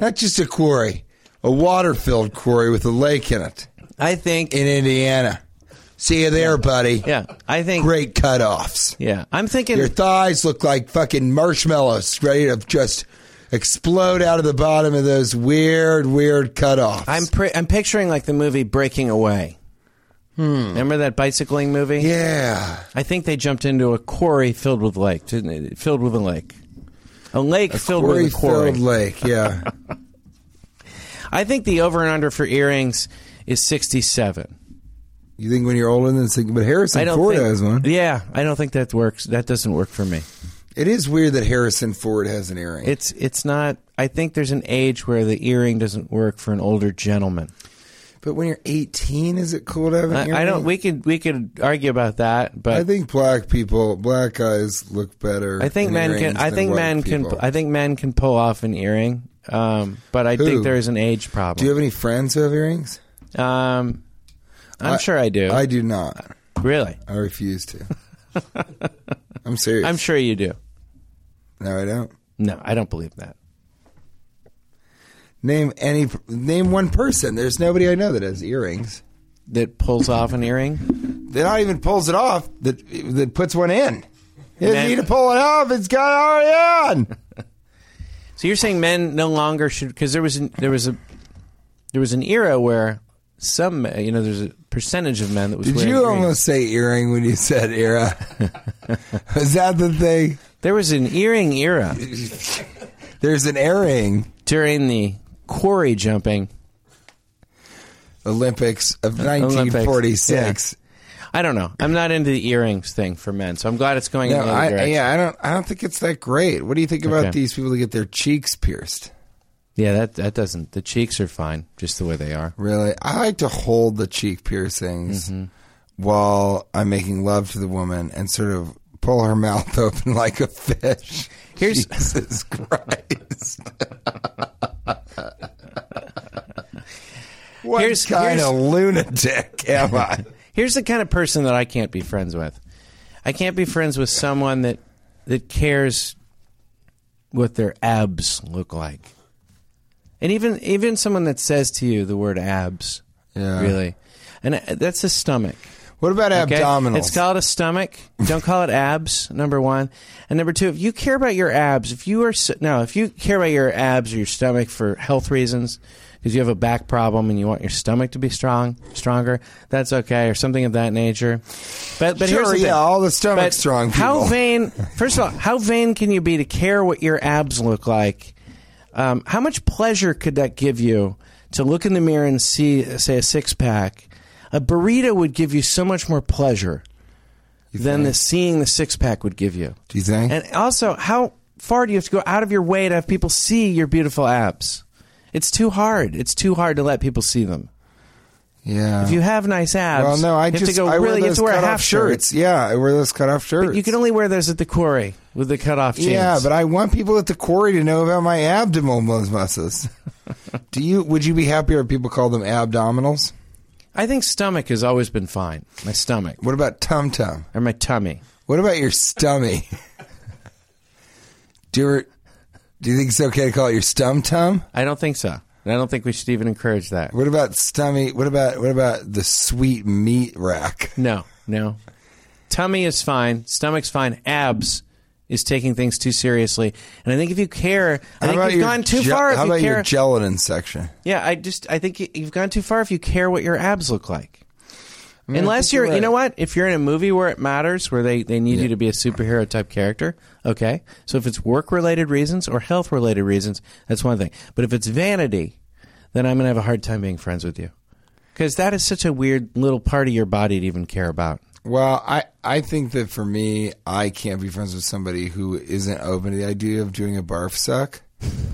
[SPEAKER 4] not just a quarry, a water-filled quarry with a lake in it
[SPEAKER 1] I think.
[SPEAKER 4] in Indiana. See you there, buddy.
[SPEAKER 1] yeah, I think.
[SPEAKER 4] Great cutoffs.
[SPEAKER 1] Yeah, I'm thinking.
[SPEAKER 4] Your thighs look like fucking marshmallows, ready to just explode out of the bottom of those weird, weird cutoffs.
[SPEAKER 1] I'm pre- I'm picturing like the movie Breaking Away. Remember that bicycling movie?
[SPEAKER 4] Hmm. yeah.
[SPEAKER 1] I think they jumped into a quarry filled with lake, didn't it? Filled with a lake. A lake filled
[SPEAKER 4] Quarry
[SPEAKER 1] with a quarry.
[SPEAKER 4] filled lake, yeah.
[SPEAKER 1] I think the over and under for earrings is 67.
[SPEAKER 4] you think when you're older than six, but Harrison
[SPEAKER 1] I don't
[SPEAKER 4] Ford
[SPEAKER 1] think,
[SPEAKER 4] has one.
[SPEAKER 1] Yeah, I don't think that works. That doesn't work for me.
[SPEAKER 4] It is weird that Harrison Ford has an earring.
[SPEAKER 1] It's it's not. I think there's an age where the earring doesn't work for an older gentleman.
[SPEAKER 4] but when you're 18, is it cool to have an
[SPEAKER 1] I,
[SPEAKER 4] earring?
[SPEAKER 1] I don't. We could we could argue about that, but
[SPEAKER 4] I think black people, black guys look better.
[SPEAKER 1] I think
[SPEAKER 4] in
[SPEAKER 1] men can.
[SPEAKER 4] earrings
[SPEAKER 1] I
[SPEAKER 4] than
[SPEAKER 1] think
[SPEAKER 4] white
[SPEAKER 1] men
[SPEAKER 4] people.
[SPEAKER 1] can. I think men can pull off an earring. Um, but I
[SPEAKER 4] Who?
[SPEAKER 1] think there is an age problem.
[SPEAKER 4] do you have any friends who have earrings?
[SPEAKER 1] um, I'm sure I do.
[SPEAKER 4] I do not.
[SPEAKER 1] really,
[SPEAKER 4] I refuse to. I'm serious.
[SPEAKER 1] I'm sure you do.
[SPEAKER 4] no, I don't.
[SPEAKER 1] No, I don't believe that.
[SPEAKER 4] Name any name one person. There's nobody I know that has earrings.
[SPEAKER 1] That pulls off an earring.
[SPEAKER 4] That not even pulls it off. That that puts one in. You
[SPEAKER 1] Man.
[SPEAKER 4] don't need to pull it off. It's got it already on.
[SPEAKER 1] So you're saying men no longer should because there was an, there was a there was an era where some you know there's a percentage of men that was
[SPEAKER 4] Did
[SPEAKER 1] wearing
[SPEAKER 4] you
[SPEAKER 1] earrings.
[SPEAKER 4] almost say earring when you said era? Is that the thing?
[SPEAKER 1] there was an earring era
[SPEAKER 4] There's an earring
[SPEAKER 1] during the quarry jumping.
[SPEAKER 4] Olympics of
[SPEAKER 1] Olympics.
[SPEAKER 4] 1946.
[SPEAKER 1] I don't know. I'm not into the earrings thing for men, so I'm glad it's going in
[SPEAKER 4] No,
[SPEAKER 1] the other
[SPEAKER 4] I,
[SPEAKER 1] direction.
[SPEAKER 4] yeah, I don't. I don't think it's that great. What do you think about
[SPEAKER 1] Okay.
[SPEAKER 4] these people that get their cheeks pierced?
[SPEAKER 1] Yeah, that that doesn't. The cheeks are fine, just the way they are.
[SPEAKER 4] Really? I like to hold the cheek piercings
[SPEAKER 1] Mm-hmm.
[SPEAKER 4] while I'm making love to the woman and sort of pull her mouth open like a fish.
[SPEAKER 1] Here's-
[SPEAKER 4] Jesus Christ. what
[SPEAKER 1] Here's-
[SPEAKER 4] kind
[SPEAKER 1] here's-
[SPEAKER 4] of lunatic am I?
[SPEAKER 1] Here's the kind of person that I can't be friends with. I can't be friends with someone that that cares what their abs look like, and even even someone that says to you the word abs,
[SPEAKER 4] Yeah.
[SPEAKER 1] really, and uh, that's a stomach.
[SPEAKER 4] What about
[SPEAKER 1] Okay?
[SPEAKER 4] abdominals?
[SPEAKER 1] It's called a stomach. Don't call it abs. Number one, and number two, if you care about your abs, if you are s- no, if you care about your abs or your stomach for health reasons, because you have a back problem and you want your stomach to be strong, stronger, that's okay, or something of that nature. But but here's
[SPEAKER 4] Sure,
[SPEAKER 1] the
[SPEAKER 4] yeah,
[SPEAKER 1] thing.
[SPEAKER 4] all the stomach
[SPEAKER 1] But
[SPEAKER 4] strong
[SPEAKER 1] How
[SPEAKER 4] people.
[SPEAKER 1] vain? First of all, how vain can you be to care what your abs look like? Um, how much pleasure could that give you to look in the mirror and see, say, a six pack? A burrito would give you so much more pleasure than the seeing the six pack would give you.
[SPEAKER 4] Do you think?
[SPEAKER 1] And also, how far do you have to go out of your way to have people see your beautiful abs? It's too hard. It's too hard to let people see them.
[SPEAKER 4] yeah.
[SPEAKER 1] If you have nice abs,
[SPEAKER 4] Oh. well, no, I
[SPEAKER 1] you have
[SPEAKER 4] just
[SPEAKER 1] to go
[SPEAKER 4] I
[SPEAKER 1] really.
[SPEAKER 4] wear
[SPEAKER 1] you have
[SPEAKER 4] those
[SPEAKER 1] to wear a
[SPEAKER 4] cut-off
[SPEAKER 1] half shirt.
[SPEAKER 4] shirts. Yeah, I wear those cut-off shirts.
[SPEAKER 1] You can only wear those at the quarry with the cutoff jeans.
[SPEAKER 4] Yeah, but I want people at the quarry to know about my abdominal muscles. Do you? Would you be happier if people called them abdominals?
[SPEAKER 1] I think stomach has always been fine. My stomach
[SPEAKER 4] What about tum tum?
[SPEAKER 1] or my tummy.
[SPEAKER 4] What about your stummy? do you? Do you think it's okay to call it your stum tum?
[SPEAKER 1] I don't think so. And I don't think we should even encourage that.
[SPEAKER 4] What about stummy? What about what about the sweet meat rack?
[SPEAKER 1] No, no. Tummy is fine. Stomach's fine. Abs is taking things too seriously. And I think if you care, I think you've gone too
[SPEAKER 4] ge-
[SPEAKER 1] far. If
[SPEAKER 4] How
[SPEAKER 1] you
[SPEAKER 4] about
[SPEAKER 1] care,
[SPEAKER 4] your gelatin section?
[SPEAKER 1] yeah, I just I think you- you've gone too far if you care what your abs look like.
[SPEAKER 4] mean, I
[SPEAKER 1] Unless
[SPEAKER 4] think you're
[SPEAKER 1] you're, you know
[SPEAKER 4] right.
[SPEAKER 1] what? If you're in a movie where it matters, where they, they need you to be a superhero type character, okay. So if it's work related reasons or health related reasons, that's one thing. But if it's vanity, then I'm going to have a hard time being friends with you. Because that is such a weird little part of your body to even care about.
[SPEAKER 4] Well, I, I think that for me, I can't be friends with somebody who isn't open to the idea of doing a barf suck.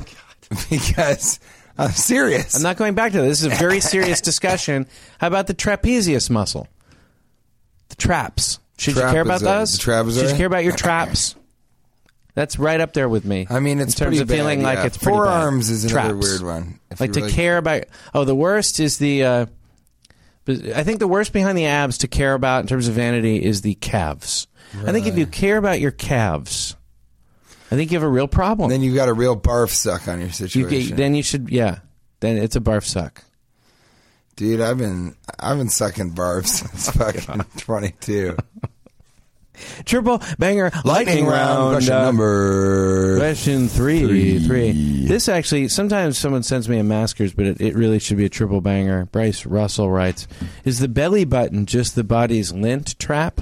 [SPEAKER 4] because I'm serious.
[SPEAKER 1] I'm not going back to this. This is a very serious discussion. How about the trapezius muscle? The traps. Should you care about
[SPEAKER 4] Trapezoid.
[SPEAKER 1] those?
[SPEAKER 4] The trapezoid?
[SPEAKER 1] Should you care about your traps? That's right up there with me.
[SPEAKER 4] I mean, it's
[SPEAKER 1] in terms
[SPEAKER 4] pretty
[SPEAKER 1] of feeling
[SPEAKER 4] bad,
[SPEAKER 1] like
[SPEAKER 4] yeah.
[SPEAKER 1] it's pretty
[SPEAKER 4] Forearms
[SPEAKER 1] bad.
[SPEAKER 4] is another
[SPEAKER 1] Traps.
[SPEAKER 4] weird one, if
[SPEAKER 1] Like
[SPEAKER 4] you
[SPEAKER 1] to
[SPEAKER 4] really-
[SPEAKER 1] care about. Oh, the worst is the. Uh, but I think the worst behind the abs to care about in terms of vanity is the calves. I think if you care about your calves, I think you have a real problem.
[SPEAKER 4] Then you've got a real barf suck on your
[SPEAKER 1] you
[SPEAKER 4] situation.
[SPEAKER 1] get, then you should yeah. Then it's a barf suck.
[SPEAKER 4] Dude, I've been I've been sucking barf
[SPEAKER 1] Oh
[SPEAKER 4] since fucking twenty two.
[SPEAKER 1] Triple banger lightning, round.
[SPEAKER 4] question
[SPEAKER 1] uh,
[SPEAKER 4] number.
[SPEAKER 1] Question three, three, This actually, sometimes someone sends me a maskers, but it, it really should be a triple banger. Bryce Russell writes Is the belly button just the body's lint trap?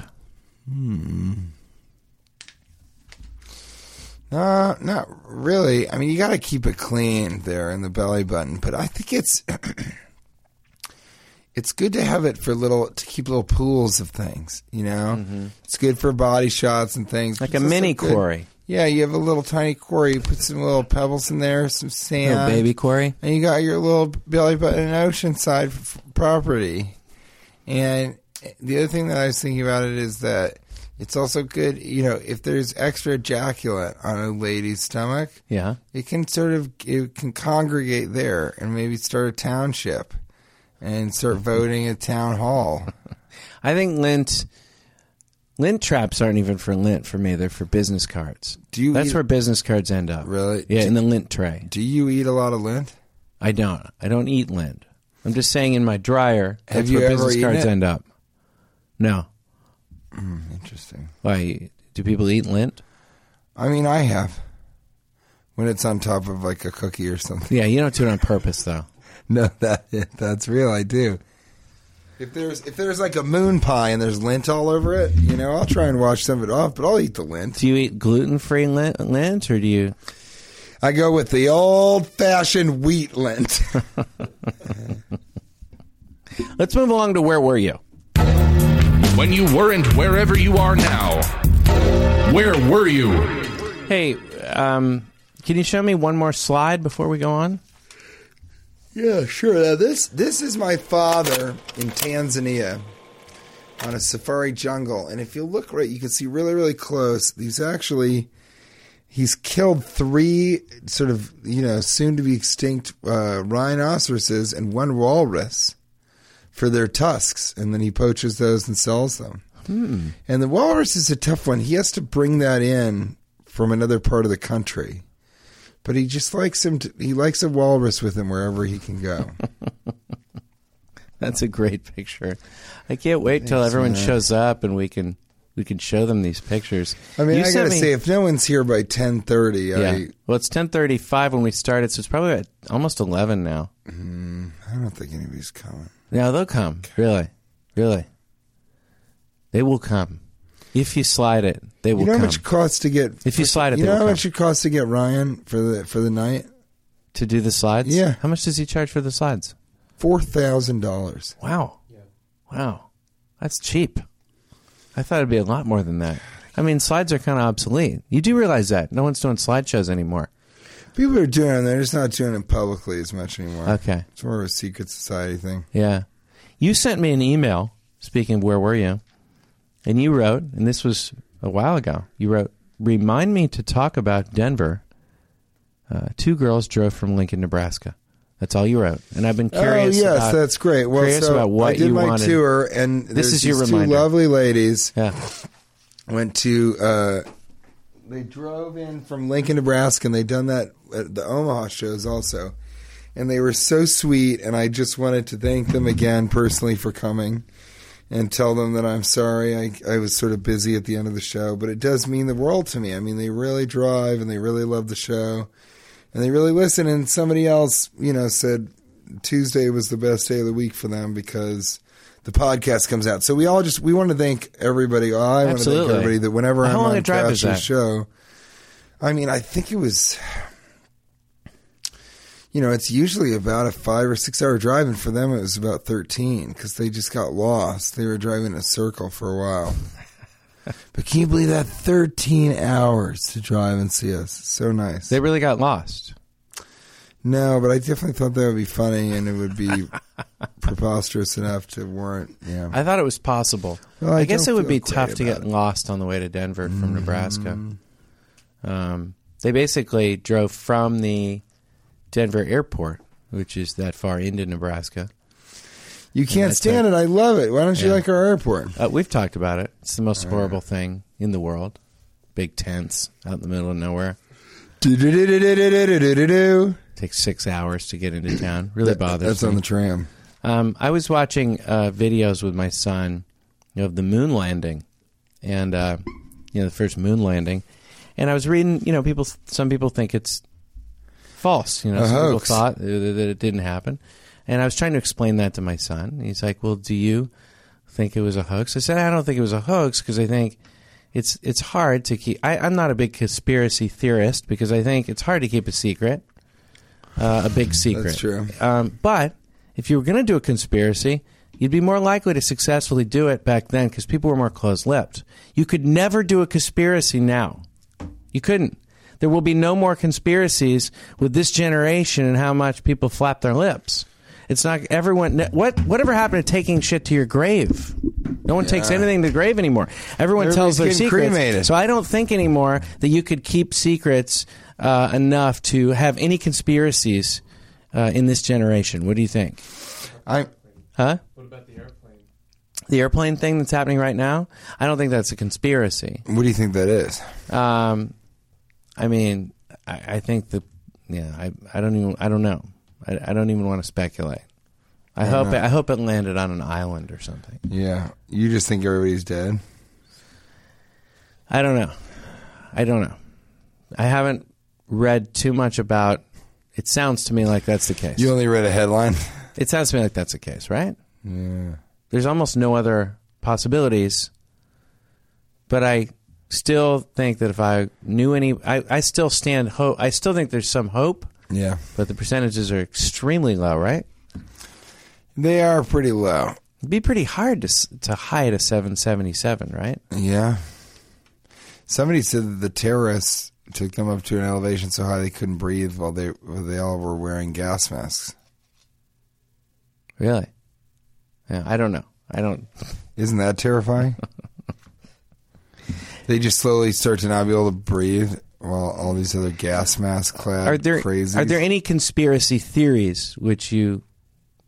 [SPEAKER 4] No, not really. I mean, you got to keep it clean there in the belly button, but I think it's it's good to have it for little to keep little pools of things. You know, it's good for body shots and things.
[SPEAKER 1] Mm-hmm. Like
[SPEAKER 4] but
[SPEAKER 1] a
[SPEAKER 4] it's
[SPEAKER 1] mini
[SPEAKER 4] also good-
[SPEAKER 1] quarry.
[SPEAKER 4] Yeah, you have a little tiny quarry. You put some little pebbles in there, some sand,
[SPEAKER 1] Little baby Corey.
[SPEAKER 4] and you got your little belly button and oceanside f- property. And the other thing that I was thinking about it is that it's also good, you know, if there's extra ejaculate on a lady's stomach,
[SPEAKER 1] Yeah.
[SPEAKER 4] it can sort of it can congregate there and maybe start a township
[SPEAKER 1] Mm-hmm.
[SPEAKER 4] and start voting at town hall.
[SPEAKER 1] I think lint. Lint traps aren't even for lint for me. They're for business cards.
[SPEAKER 4] Do you
[SPEAKER 1] That's
[SPEAKER 4] eat-
[SPEAKER 1] where business cards end up.
[SPEAKER 4] Really?
[SPEAKER 1] Yeah,
[SPEAKER 4] Do-
[SPEAKER 1] in the lint tray.
[SPEAKER 4] Do you eat a lot of lint?
[SPEAKER 1] I don't. I don't eat lint. I'm just saying in my dryer, that's
[SPEAKER 4] Have you
[SPEAKER 1] where
[SPEAKER 4] ever
[SPEAKER 1] business
[SPEAKER 4] eaten
[SPEAKER 1] cards
[SPEAKER 4] it?
[SPEAKER 1] end up. No.
[SPEAKER 4] Interesting.
[SPEAKER 1] Why? Do people eat lint?
[SPEAKER 4] I mean, I have when it's on top of like a cookie or something.
[SPEAKER 1] Yeah, you don't do it on purpose, though.
[SPEAKER 4] No, that that's real. I do. If there's if there's like a moon pie and there's lint all over it, you know, I'll try and wash some of it off, but I'll eat the lint.
[SPEAKER 1] Do you eat gluten free lint, lint, or do you?
[SPEAKER 4] I go with the old fashioned wheat lint.
[SPEAKER 1] Let's move along to where were you?
[SPEAKER 5] When you weren't wherever you are now, where were you?
[SPEAKER 1] Hey, um, can you show me one more slide before we go on?
[SPEAKER 4] yeah, sure. Now, this this is my father in Tanzania on a safari jungle, and if you look right, you can see really really close. He's actually he's killed three sort of you know soon to be extinct uh, rhinoceroses and one walrus. for their tusks, and then he poaches those and sells them. And the walrus is a tough one. He has to bring that in from another part of the country, but he just likes him. To, he likes a walrus with him wherever he can go.
[SPEAKER 1] That's a great picture. I can't wait till everyone shows up and we can we can show them these pictures.
[SPEAKER 4] I mean,
[SPEAKER 1] You
[SPEAKER 4] I
[SPEAKER 1] sent
[SPEAKER 4] gotta
[SPEAKER 1] me-
[SPEAKER 4] say, if no one's here by ten thirty,
[SPEAKER 1] yeah. Well, it's ten thirty five when we started, so it's probably at almost eleven now.
[SPEAKER 4] I, I don't think anybody's coming.
[SPEAKER 1] Now they'll come. Really, really, they will come. If you slide it, they will
[SPEAKER 4] You know how
[SPEAKER 1] come.
[SPEAKER 4] much it costs to get
[SPEAKER 1] If you slide it,
[SPEAKER 4] You
[SPEAKER 1] they
[SPEAKER 4] know
[SPEAKER 1] will
[SPEAKER 4] how
[SPEAKER 1] come.
[SPEAKER 4] much it costs to get Ryan for the for the night?
[SPEAKER 1] to do the slides,
[SPEAKER 4] Yeah.
[SPEAKER 1] How much does he charge for the slides?
[SPEAKER 4] Four thousand dollars.
[SPEAKER 1] Wow. Wow. That's cheap. I thought it'd be a lot more than that. I mean, slides are kind of obsolete. You do realize that. No one's doing slideshows anymore.
[SPEAKER 4] People are doing them; they're just not doing them publicly as much anymore.
[SPEAKER 1] Okay.
[SPEAKER 4] it's more of a secret society thing.
[SPEAKER 1] Yeah. You sent me an email, speaking of where were you, and you wrote, and this was a while ago, you wrote, Remind me to talk about Denver. Uh, two girls drove from Lincoln, Nebraska. That's all you wrote. And I've been curious.
[SPEAKER 4] Oh yes,
[SPEAKER 1] about-
[SPEAKER 4] that's great. Well,
[SPEAKER 1] curious
[SPEAKER 4] so
[SPEAKER 1] about what
[SPEAKER 4] I did
[SPEAKER 1] you
[SPEAKER 4] my
[SPEAKER 1] wanted.
[SPEAKER 4] tour, and this
[SPEAKER 1] is your
[SPEAKER 4] these two
[SPEAKER 1] reminder.
[SPEAKER 4] lovely ladies
[SPEAKER 1] Yeah.
[SPEAKER 4] went to. Uh, they drove in from Lincoln, Nebraska, and they done that at the Omaha shows also, and they were so sweet. And I just wanted to thank them again personally for coming. And tell them that I'm sorry. I, I was sort of busy at the end of the show, but it does mean the world to me. I mean, they really drive and they really love the show and they really listen. And somebody else, you know, said Tuesday was the best day of the week for them because the podcast comes out. So we all just we want to thank everybody. I want to thank
[SPEAKER 1] Absolutely.
[SPEAKER 4] everybody that whenever
[SPEAKER 1] How
[SPEAKER 4] I'm
[SPEAKER 1] long
[SPEAKER 4] on
[SPEAKER 1] a drive is
[SPEAKER 4] Thrasher's
[SPEAKER 1] that?
[SPEAKER 4] show, I mean, I think it was. You know, it's usually about a five or six hour drive, and for them it was about thirteen because they just got lost. They were driving in a circle for a while. but can you believe that thirteen hours to drive and see us? So nice.
[SPEAKER 1] They really got lost.
[SPEAKER 4] No, but I definitely thought that would be funny and it would be preposterous enough to warrant. Yeah.
[SPEAKER 1] I thought it was possible.
[SPEAKER 4] Well, I
[SPEAKER 1] I, guess it
[SPEAKER 4] don't
[SPEAKER 1] would
[SPEAKER 4] feel
[SPEAKER 1] be
[SPEAKER 4] great
[SPEAKER 1] tough to
[SPEAKER 4] about
[SPEAKER 1] Mm-hmm. get lost on the way to Denver from Nebraska. Um, they basically drove from the Denver airport, which is that far into Nebraska.
[SPEAKER 4] You can't
[SPEAKER 1] that's
[SPEAKER 4] stand it. I love it. Why don't you
[SPEAKER 1] Yeah.
[SPEAKER 4] like our airport?
[SPEAKER 1] Uh, we've talked about it. It's the most horrible thing in the world. Big tents out in the middle of nowhere.
[SPEAKER 4] Do-do-do-do-do-do-do-do-do.
[SPEAKER 1] Takes six hours to get into town. Really bothers
[SPEAKER 4] That's
[SPEAKER 1] me.
[SPEAKER 4] on the tram.
[SPEAKER 1] Um, I was watching uh, videos with my son of the moon landing, and uh, you know the first moon landing, and I was reading. You know, people. Some people think it's false. You know,
[SPEAKER 4] A
[SPEAKER 1] some people
[SPEAKER 4] hoax.
[SPEAKER 1] thought that that it didn't happen, and I was trying to explain that to my son. And He's like, "Well, do you think it was a hoax?" I said, "I don't think it was a hoax because I think." It's it's hard to keep. I, I'm not a big conspiracy theorist because I think it's hard to keep a secret, uh, a big secret.
[SPEAKER 4] true.
[SPEAKER 1] Um, but if you were going to do a conspiracy, you'd be more likely to successfully do it back then because people were more closed-lipped. You could never do a conspiracy now. You couldn't. There will be no more conspiracies with this generation and how much people flap their lips. It's not everyone. What whatever happened to taking shit to your grave? No one takes anything to the grave anymore. Everyone tells their
[SPEAKER 4] Everybody's getting
[SPEAKER 1] secrets.
[SPEAKER 4] cremated.
[SPEAKER 1] So I don't think anymore that you could keep secrets uh, enough to have any conspiracies uh, in this generation. What do you think?
[SPEAKER 4] I'm
[SPEAKER 1] Huh? What about the airplane? The airplane thing that's happening right now? I don't think that's a conspiracy.
[SPEAKER 4] What do you think that is?
[SPEAKER 1] Um, I mean, I, I think the yeah. I, I don't even I don't know. I, I don't even want to speculate. I hope it, I hope it landed on an island or something.
[SPEAKER 4] Yeah, you just think everybody's dead.
[SPEAKER 1] I don't know. I don't know. I haven't read too much about. It sounds to me like that's the case.
[SPEAKER 4] You only read a headline.
[SPEAKER 1] It sounds to me like that's the case, right? Yeah. There's almost no other possibilities. But I still think that if I knew any, I, I still stand hope. I still think there's some hope.
[SPEAKER 4] Yeah,
[SPEAKER 1] But the percentages are extremely low, right?
[SPEAKER 4] they are pretty low.
[SPEAKER 1] It'd be pretty hard to s- to hide a 777, right?
[SPEAKER 4] Yeah, somebody said that the terrorists took them up to an elevation so high they couldn't breathe while they while they all were wearing gas masks.
[SPEAKER 1] Really? Yeah, I don't know. I don't.
[SPEAKER 4] Isn't that terrifying? they just slowly start to not be able to breathe while all these other gas mask clad
[SPEAKER 1] Are there
[SPEAKER 4] crazies.
[SPEAKER 1] are there any conspiracy theories which you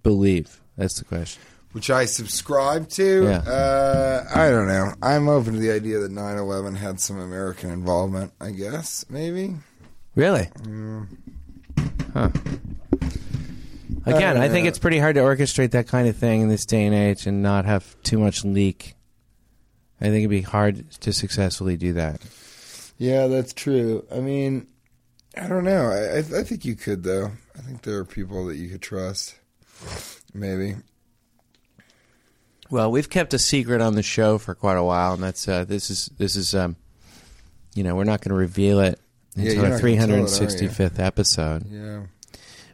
[SPEAKER 1] believe? That's the question.
[SPEAKER 4] which I subscribe to.
[SPEAKER 1] Yeah.
[SPEAKER 4] Uh, I don't know. I'm open to the idea that 9 11 had some American involvement, I guess, maybe.
[SPEAKER 1] Really? Huh. Again, I think
[SPEAKER 4] Uh,
[SPEAKER 1] it's pretty hard to orchestrate that kind of thing in this day and age and not have too much leak. I think it'd be hard to successfully do that.
[SPEAKER 4] Yeah, that's true. I mean, I don't know. I, I, I think you could, though. I think there are people that you could trust, maybe.
[SPEAKER 1] Well, we've kept a secret on the show for quite a while, and that's uh, this is this is um, you know we're not going to reveal it
[SPEAKER 4] Yeah,
[SPEAKER 1] until
[SPEAKER 4] you're
[SPEAKER 1] our
[SPEAKER 4] not
[SPEAKER 1] three
[SPEAKER 4] gonna tell it, are
[SPEAKER 1] hundred
[SPEAKER 4] you?
[SPEAKER 1] sixty fifth episode.
[SPEAKER 4] Yeah.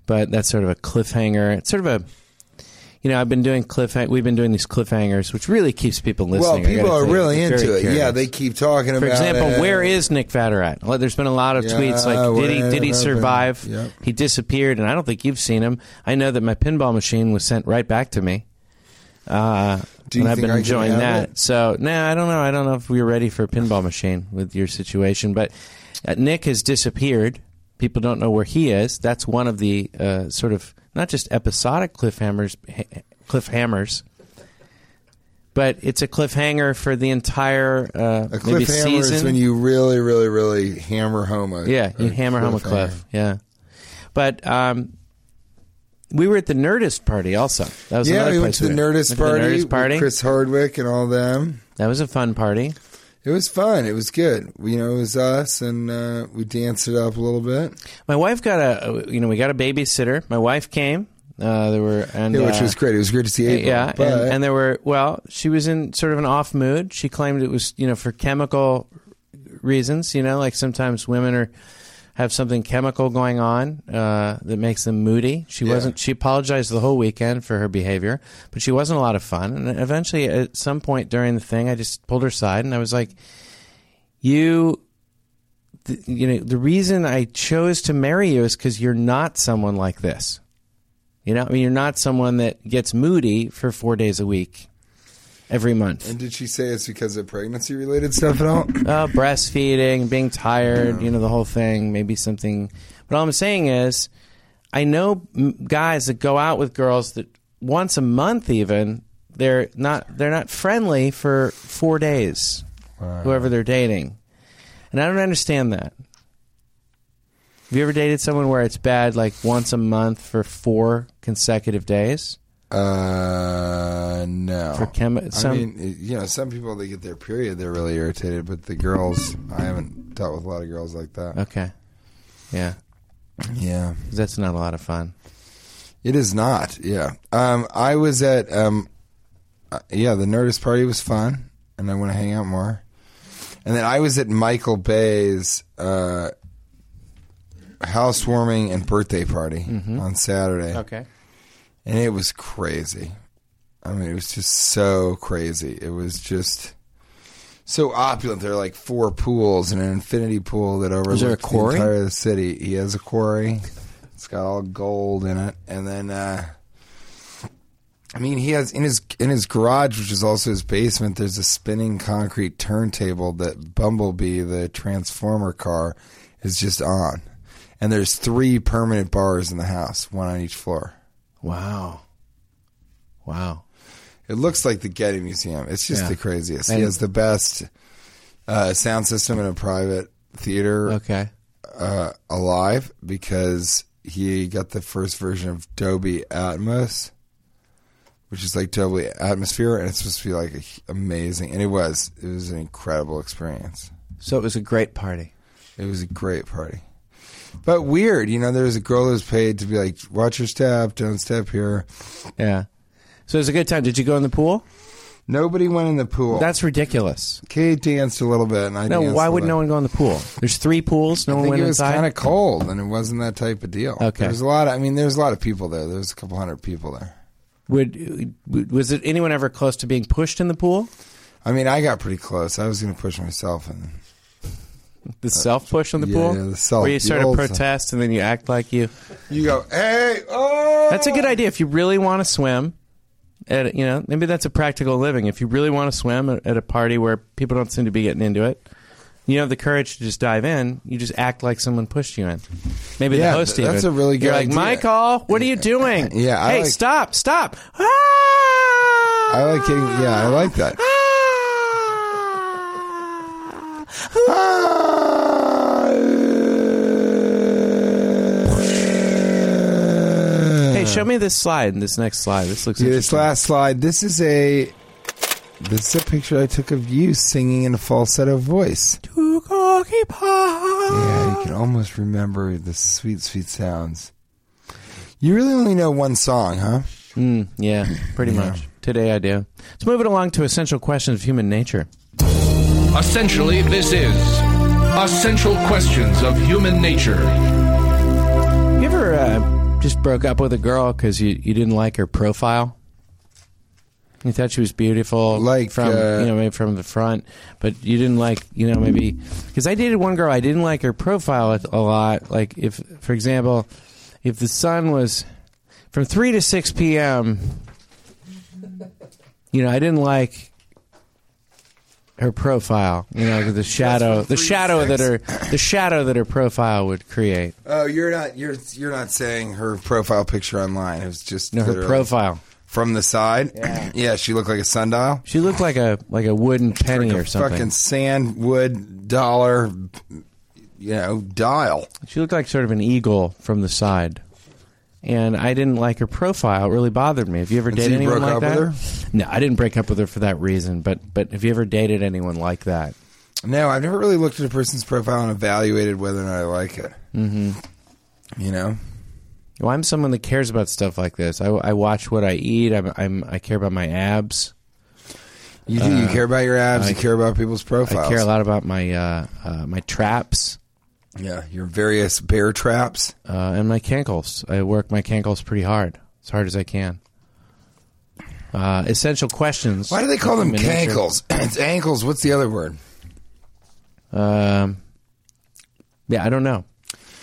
[SPEAKER 1] But that's sort of a cliffhanger. It's sort of a you know I've been doing cliffhang. We've been doing these cliffhangers, which really keeps people
[SPEAKER 4] Well,
[SPEAKER 1] listening. I
[SPEAKER 4] people
[SPEAKER 1] gotta
[SPEAKER 4] are
[SPEAKER 1] tell you,
[SPEAKER 4] really
[SPEAKER 1] they're very
[SPEAKER 4] into it. Yeah,
[SPEAKER 1] curious.
[SPEAKER 4] they keep talking about
[SPEAKER 1] For example,
[SPEAKER 4] it.
[SPEAKER 1] where is Nick Vatter at? Well, there's been a lot of
[SPEAKER 4] Yeah,
[SPEAKER 1] tweets like, did he
[SPEAKER 4] where
[SPEAKER 1] did he
[SPEAKER 4] have
[SPEAKER 1] survive?
[SPEAKER 4] been? Yep.
[SPEAKER 1] He disappeared, and I don't think you've seen him. I know that my pinball machine was sent right back to me. Uh,
[SPEAKER 4] Do you
[SPEAKER 1] and I've
[SPEAKER 4] think
[SPEAKER 1] been
[SPEAKER 4] I can
[SPEAKER 1] enjoying
[SPEAKER 4] have
[SPEAKER 1] that.
[SPEAKER 4] it?
[SPEAKER 1] So, nah, I don't know. I don't know if we are ready for a pinball machine with your situation, but uh, Nick has disappeared. People don't know where he is. That's one of the uh, sort of not just episodic cliffhammers, ha- cliffhammers, but it's a cliffhanger for the entire uh,
[SPEAKER 4] A
[SPEAKER 1] maybe
[SPEAKER 4] cliffhammer
[SPEAKER 1] season.
[SPEAKER 4] is when you really, really, really hammer home a
[SPEAKER 1] Yeah, you hammer home a cliff. Yeah, but um, we were at the Nerdist party also. That was
[SPEAKER 4] Yeah,
[SPEAKER 1] another
[SPEAKER 4] we went
[SPEAKER 1] place
[SPEAKER 4] to the
[SPEAKER 1] were-
[SPEAKER 4] Nerdist
[SPEAKER 1] went
[SPEAKER 4] party,
[SPEAKER 1] to the
[SPEAKER 4] with
[SPEAKER 1] Nerdist party.
[SPEAKER 4] Chris Hardwick and all them.
[SPEAKER 1] That was a fun party.
[SPEAKER 4] It was fun. It was good. We, you know, it was us, and uh, we danced it up a little bit,
[SPEAKER 1] My wife got a uh, you know we got a babysitter. My wife came. Uh, there were and
[SPEAKER 4] yeah, which
[SPEAKER 1] uh,
[SPEAKER 4] was great. It was great to see April.
[SPEAKER 1] Yeah,
[SPEAKER 4] but
[SPEAKER 1] and, and there were well, she was in sort of an off mood. She claimed it was you know for chemical reasons. You know, like sometimes women are have something chemical going on uh, that makes them moody. She
[SPEAKER 4] Yeah.
[SPEAKER 1] wasn't. She apologized the whole weekend for her behavior, but she wasn't a lot of fun. And eventually, at some point during the thing, I just pulled her aside and I was like, "You." th- You know, the reason I chose to marry you is because you're not someone like this. You know, I mean, you're not someone that gets moody for four days a week. every month.
[SPEAKER 4] And did she say it's because of pregnancy related stuff at all?
[SPEAKER 1] Uh, breastfeeding, being tired, you know, the whole thing, maybe something. But all I'm saying is, I know m- guys that go out with girls that once a month, even they're not they're not friendly for four days, whoever they're dating, and I don't understand that. Have you ever dated someone where it's bad like once a month for four consecutive days?
[SPEAKER 4] Uh, no.
[SPEAKER 1] For chemi-
[SPEAKER 4] I
[SPEAKER 1] some-
[SPEAKER 4] mean, it- you know, some people they get their period, they're really irritated. But the girls, I haven't dealt with a lot of girls like that.
[SPEAKER 1] Okay, yeah,
[SPEAKER 4] Yeah,
[SPEAKER 1] 'cause that's not a lot of fun.
[SPEAKER 4] it is not. Yeah, um, I was at, um, uh, yeah, the Nerdist party was fun, and I want to hang out more. And then I was at Michael Bay's uh, housewarming and birthday party on Saturday.
[SPEAKER 1] Mm-hmm. Okay.
[SPEAKER 4] and it was crazy. I mean, it was just so crazy. It was just so opulent. There are like four pools and an infinity pool that overlooks
[SPEAKER 1] there a quarry?
[SPEAKER 4] the entire of the city. He has a quarry. It's got all gold in it, and then uh, I mean, he has in his in his garage, which is also his basement. There's a spinning concrete turntable that Bumblebee, the Transformer car, is just on. And there's three permanent bars in the house, one on each floor.
[SPEAKER 1] Wow. Wow.
[SPEAKER 4] It looks like the Getty Museum. It's just
[SPEAKER 1] Yeah.
[SPEAKER 4] the craziest.
[SPEAKER 1] And-
[SPEAKER 4] he has the best uh, sound system in a private theater
[SPEAKER 1] Okay.
[SPEAKER 4] uh, alive because he got the first version of Dolby Atmos, which is like Dolby Atmosphere, and it's supposed to be like a, h- amazing. And it was. It was an incredible experience.
[SPEAKER 1] So it was a great party.
[SPEAKER 4] It was a great party. But weird, you know, there was a girl who was paid to be like, watch your step, don't step here.
[SPEAKER 1] Yeah. So it was a good time. Did you go in the pool?
[SPEAKER 4] Nobody went in the pool.
[SPEAKER 1] That's ridiculous.
[SPEAKER 4] Kate danced a little bit, and I
[SPEAKER 1] No,
[SPEAKER 4] danced
[SPEAKER 1] why
[SPEAKER 4] a
[SPEAKER 1] would
[SPEAKER 4] little.
[SPEAKER 1] no one go in the pool? There's three pools. No
[SPEAKER 4] I
[SPEAKER 1] one
[SPEAKER 4] think
[SPEAKER 1] went
[SPEAKER 4] it was
[SPEAKER 1] inside.
[SPEAKER 4] kind of cold, and it wasn't that type of deal.
[SPEAKER 1] Okay.
[SPEAKER 4] there's a lot. Of, I mean, there's a lot of people there. There's a couple hundred people there.
[SPEAKER 1] Would would- was it anyone ever close to being pushed in the pool?
[SPEAKER 4] I mean, I got pretty close. I was going to push myself, and
[SPEAKER 1] The self push in the
[SPEAKER 4] yeah,
[SPEAKER 1] pool.
[SPEAKER 4] Uh, yeah, the self-
[SPEAKER 1] Where you
[SPEAKER 4] the
[SPEAKER 1] sort of
[SPEAKER 4] old
[SPEAKER 1] protest and then you act like you.
[SPEAKER 4] you go, "Hey, oh!"
[SPEAKER 1] That's a good idea if you really want to swim. At, you know, maybe that's a practical living. If you really want to swim at, at a party where people don't seem to be getting into it, you have the courage to just dive in. You just act like someone pushed you in. Maybe
[SPEAKER 4] Yeah,
[SPEAKER 1] the host
[SPEAKER 4] th- that's
[SPEAKER 1] even.
[SPEAKER 4] a really good
[SPEAKER 1] You're like,
[SPEAKER 4] idea.
[SPEAKER 1] Michael, what are you doing?
[SPEAKER 4] Yeah, I
[SPEAKER 1] hey,
[SPEAKER 4] like-
[SPEAKER 1] stop, stop.
[SPEAKER 4] I like it. Yeah, I like that.
[SPEAKER 1] Hey, show me this slide. This next slide. This looks.
[SPEAKER 4] Yeah, this
[SPEAKER 1] interesting.
[SPEAKER 4] last slide. This is a this is a picture I took of you singing in a falsetto voice. Yeah, you can almost remember the sweet, sweet sounds. You really only know one song, huh?
[SPEAKER 1] Mm, yeah, pretty much. Today I do. Let's move it along to essential questions of human nature.
[SPEAKER 5] Essentially, this is Essential Questions of Human Nature.
[SPEAKER 1] You ever uh, just broke up with a girl because you, you didn't like her profile? You thought she was beautiful,
[SPEAKER 4] Like,
[SPEAKER 1] from
[SPEAKER 4] uh,
[SPEAKER 1] you know maybe from the front, but you didn't like you know maybe because I dated one girl I didn't like her profile a- a lot. Like if, for example, if the sun was from three to six p.m., you know I didn't like her profile. You know the shadow, the shadow that her the shadow that her profile would create.
[SPEAKER 4] Oh, you're not you're you're not saying her profile picture online. It was just
[SPEAKER 1] No, her
[SPEAKER 4] literally
[SPEAKER 1] profile.
[SPEAKER 4] from the side. Yeah, she looked like a sundial,
[SPEAKER 1] She looked like a like a wooden penny or something.
[SPEAKER 4] fucking sandwood dollar, you know, dial.
[SPEAKER 1] She looked like sort of an eagle from the side. And I didn't like her profile. It really bothered me. Have you ever
[SPEAKER 4] so
[SPEAKER 1] dated
[SPEAKER 4] you
[SPEAKER 1] anyone
[SPEAKER 4] broke
[SPEAKER 1] like
[SPEAKER 4] up
[SPEAKER 1] that?
[SPEAKER 4] with
[SPEAKER 1] No, I didn't break up with her for that reason. But but have you ever dated anyone like that?
[SPEAKER 4] No, I've never really looked at a person's profile and evaluated whether or not I like it. Mm-hmm. You know,
[SPEAKER 1] Well, I'm someone that cares about stuff like this. I, I watch what I eat. I'm, I'm I care about my abs.
[SPEAKER 4] you do. you care about your abs.
[SPEAKER 1] Uh, I-
[SPEAKER 4] you care about people's profiles.
[SPEAKER 1] I care a lot about my uh, uh, my traps
[SPEAKER 4] Yeah, your various bear traps.
[SPEAKER 1] uh, and my cankles. I work my cankles pretty hard, as hard as I can. Uh, essential questions.
[SPEAKER 4] Why do they call them
[SPEAKER 1] Human nature.
[SPEAKER 4] cankles? it's ankles. What's the other word?
[SPEAKER 1] Um, yeah, I don't know.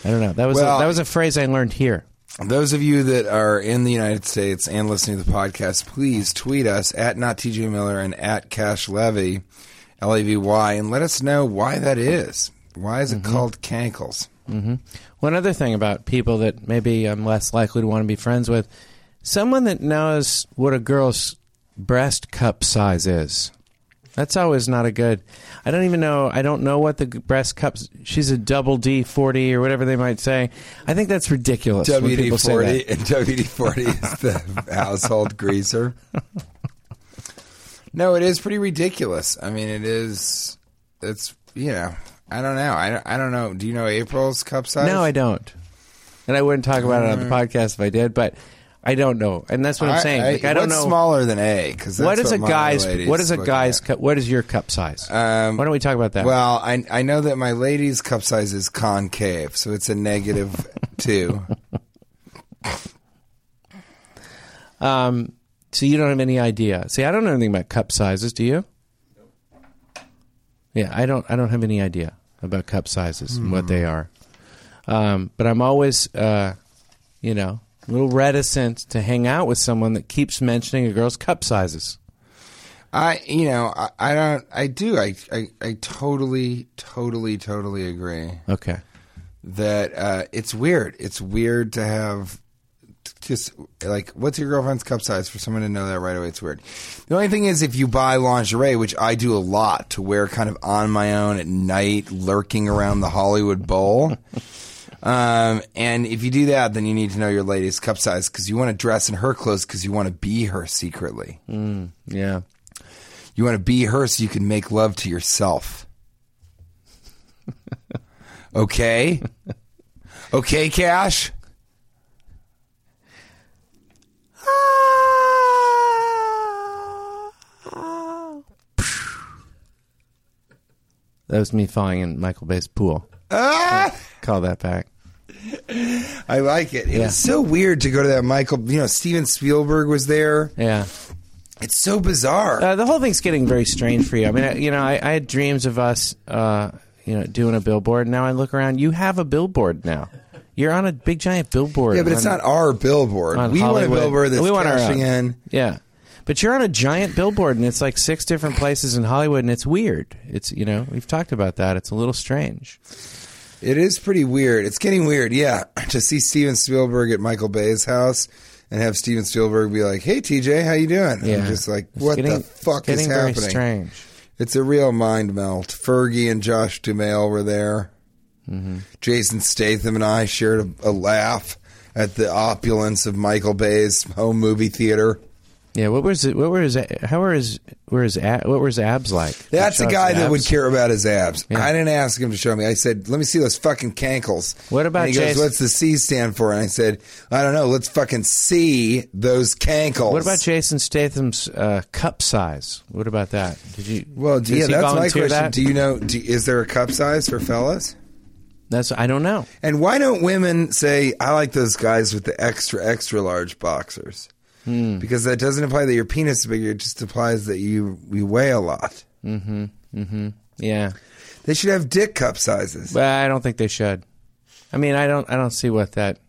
[SPEAKER 1] I don't know. That was
[SPEAKER 4] Well-
[SPEAKER 1] a, that was a phrase I learned here.
[SPEAKER 4] those of you that are in the United States and listening to the podcast, please tweet us at not TJ Miller and at Cash Levy, L A V Y, and let us know why that is. Why is it
[SPEAKER 1] Mm-hmm.
[SPEAKER 4] called cankles?
[SPEAKER 1] One other thing about people that maybe I'm less likely to want to be friends with someone that knows what a girl's breast cup size is. That's always not a good. I don't even know. I don't know what the g- breast cups. She's a double D forty or whatever they might say. I think that's ridiculous. when people
[SPEAKER 4] WD
[SPEAKER 1] say
[SPEAKER 4] forty
[SPEAKER 1] that.
[SPEAKER 4] and WD forty is the household greaser. No, it is pretty ridiculous. I mean, it is. It's you know, I don't know. I don't, I don't know. Do you know April's cup size?
[SPEAKER 1] No, I don't. And I wouldn't talk about it on the podcast if I did. But I don't know. And that's what I'm saying. like, I don't
[SPEAKER 4] what's
[SPEAKER 1] know.
[SPEAKER 4] Smaller than A because
[SPEAKER 1] what is a guy's? What is a guy's? Cup, what is your cup size?
[SPEAKER 4] Um,
[SPEAKER 1] Why don't we talk about that?
[SPEAKER 4] Well, I I know that my lady's cup size is concave, so it's a negative two.
[SPEAKER 1] Um, so you don't have any idea. See, I don't know anything about cup sizes. Do you? Yeah, I don't. I don't have any idea about cup sizes and what
[SPEAKER 4] Hmm.
[SPEAKER 1] they are. Um, but I'm always, uh, you know, a little reticent to hang out with someone that keeps mentioning a girl's cup sizes.
[SPEAKER 4] I you know I, I don't I do I, I I totally totally totally agree
[SPEAKER 1] Okay.
[SPEAKER 4] that uh, it's weird it's weird to have t- just like what's your girlfriend's cup size for someone to know that right away it's weird the only thing is if you buy lingerie which I do a lot to wear kind of on my own at night lurking around the Hollywood Bowl. Um, and if you do that, then you need to know your lady's cup size because you want to dress in her clothes because you want to be her secretly.
[SPEAKER 1] Yeah.
[SPEAKER 4] You want to be her so you can make love to yourself. okay? Okay, Cash?
[SPEAKER 1] Ah! That was me falling in Michael Bay's pool.
[SPEAKER 4] Ah!
[SPEAKER 1] Call that back.
[SPEAKER 4] I like it. It
[SPEAKER 1] Yeah.
[SPEAKER 4] was so weird to go to that Michael, you know, Steven Spielberg was there.
[SPEAKER 1] Yeah.
[SPEAKER 4] It's so bizarre.
[SPEAKER 1] Uh, the whole thing's getting very strange for you. I mean, I, you know, I, I had dreams of us, uh, you know, doing a billboard. Now I look around. You have a billboard now. You're on a big giant billboard.
[SPEAKER 4] yeah, but it's
[SPEAKER 1] on-
[SPEAKER 4] not our billboard.
[SPEAKER 1] on
[SPEAKER 4] We want
[SPEAKER 1] Hollywood.
[SPEAKER 4] a billboard that's
[SPEAKER 1] We want our
[SPEAKER 4] cashing
[SPEAKER 1] own.
[SPEAKER 4] in.
[SPEAKER 1] Yeah, but you're on a giant billboard, and it's like six different places in Hollywood, and it's weird. It's you know, we've talked about that. It's a little strange.
[SPEAKER 4] It is pretty weird. It's getting weird, yeah. To see Steven Spielberg at Michael Bay's house and have Steven Spielberg be like, "Hey, TJ, how you doing?"
[SPEAKER 1] Yeah,
[SPEAKER 4] I'm just like,
[SPEAKER 1] It's
[SPEAKER 4] "What
[SPEAKER 1] getting-
[SPEAKER 4] the
[SPEAKER 1] it's
[SPEAKER 4] fuck
[SPEAKER 1] getting
[SPEAKER 4] is
[SPEAKER 1] very
[SPEAKER 4] happening?"
[SPEAKER 1] Strange.
[SPEAKER 4] It's a real mind melt. Fergie and Josh Duhamel were there.
[SPEAKER 1] Mm-hmm.
[SPEAKER 4] Jason Statham and I shared a, a laugh at the opulence of Michael Bay's home movie theater.
[SPEAKER 1] Yeah, what was it? What were his? How were his? Were his? ab- What were his abs like?
[SPEAKER 4] That's
[SPEAKER 1] Did
[SPEAKER 4] a
[SPEAKER 1] you show
[SPEAKER 4] guy
[SPEAKER 1] his
[SPEAKER 4] that would
[SPEAKER 1] abs?
[SPEAKER 4] care about his abs.
[SPEAKER 1] Yeah.
[SPEAKER 4] I didn't ask him to show me. I said, "Let me see those fucking cankles."
[SPEAKER 1] What about
[SPEAKER 4] And he goes,
[SPEAKER 1] Jason-
[SPEAKER 4] "What's the C stand for?" And I said, "I don't know. Let's fucking see those cankles."
[SPEAKER 1] What about Jason Statham's uh, cup size? What about that? Did you?
[SPEAKER 4] Well,
[SPEAKER 1] does
[SPEAKER 4] do- yeah,
[SPEAKER 1] he
[SPEAKER 4] that's my
[SPEAKER 1] volunteer
[SPEAKER 4] question.
[SPEAKER 1] That?
[SPEAKER 4] Do you know? Do, is there a cup size for fellas?
[SPEAKER 1] That's I don't know.
[SPEAKER 4] And why don't women say, I like those guys with the extra, extra large boxers?
[SPEAKER 1] Hmm.
[SPEAKER 4] Because that doesn't imply that your penis is bigger, it just implies that you, you weigh a lot.
[SPEAKER 1] Yeah,
[SPEAKER 4] They should have dick cup sizes.
[SPEAKER 1] but I don't think they should. I mean, I don't. I don't see what that.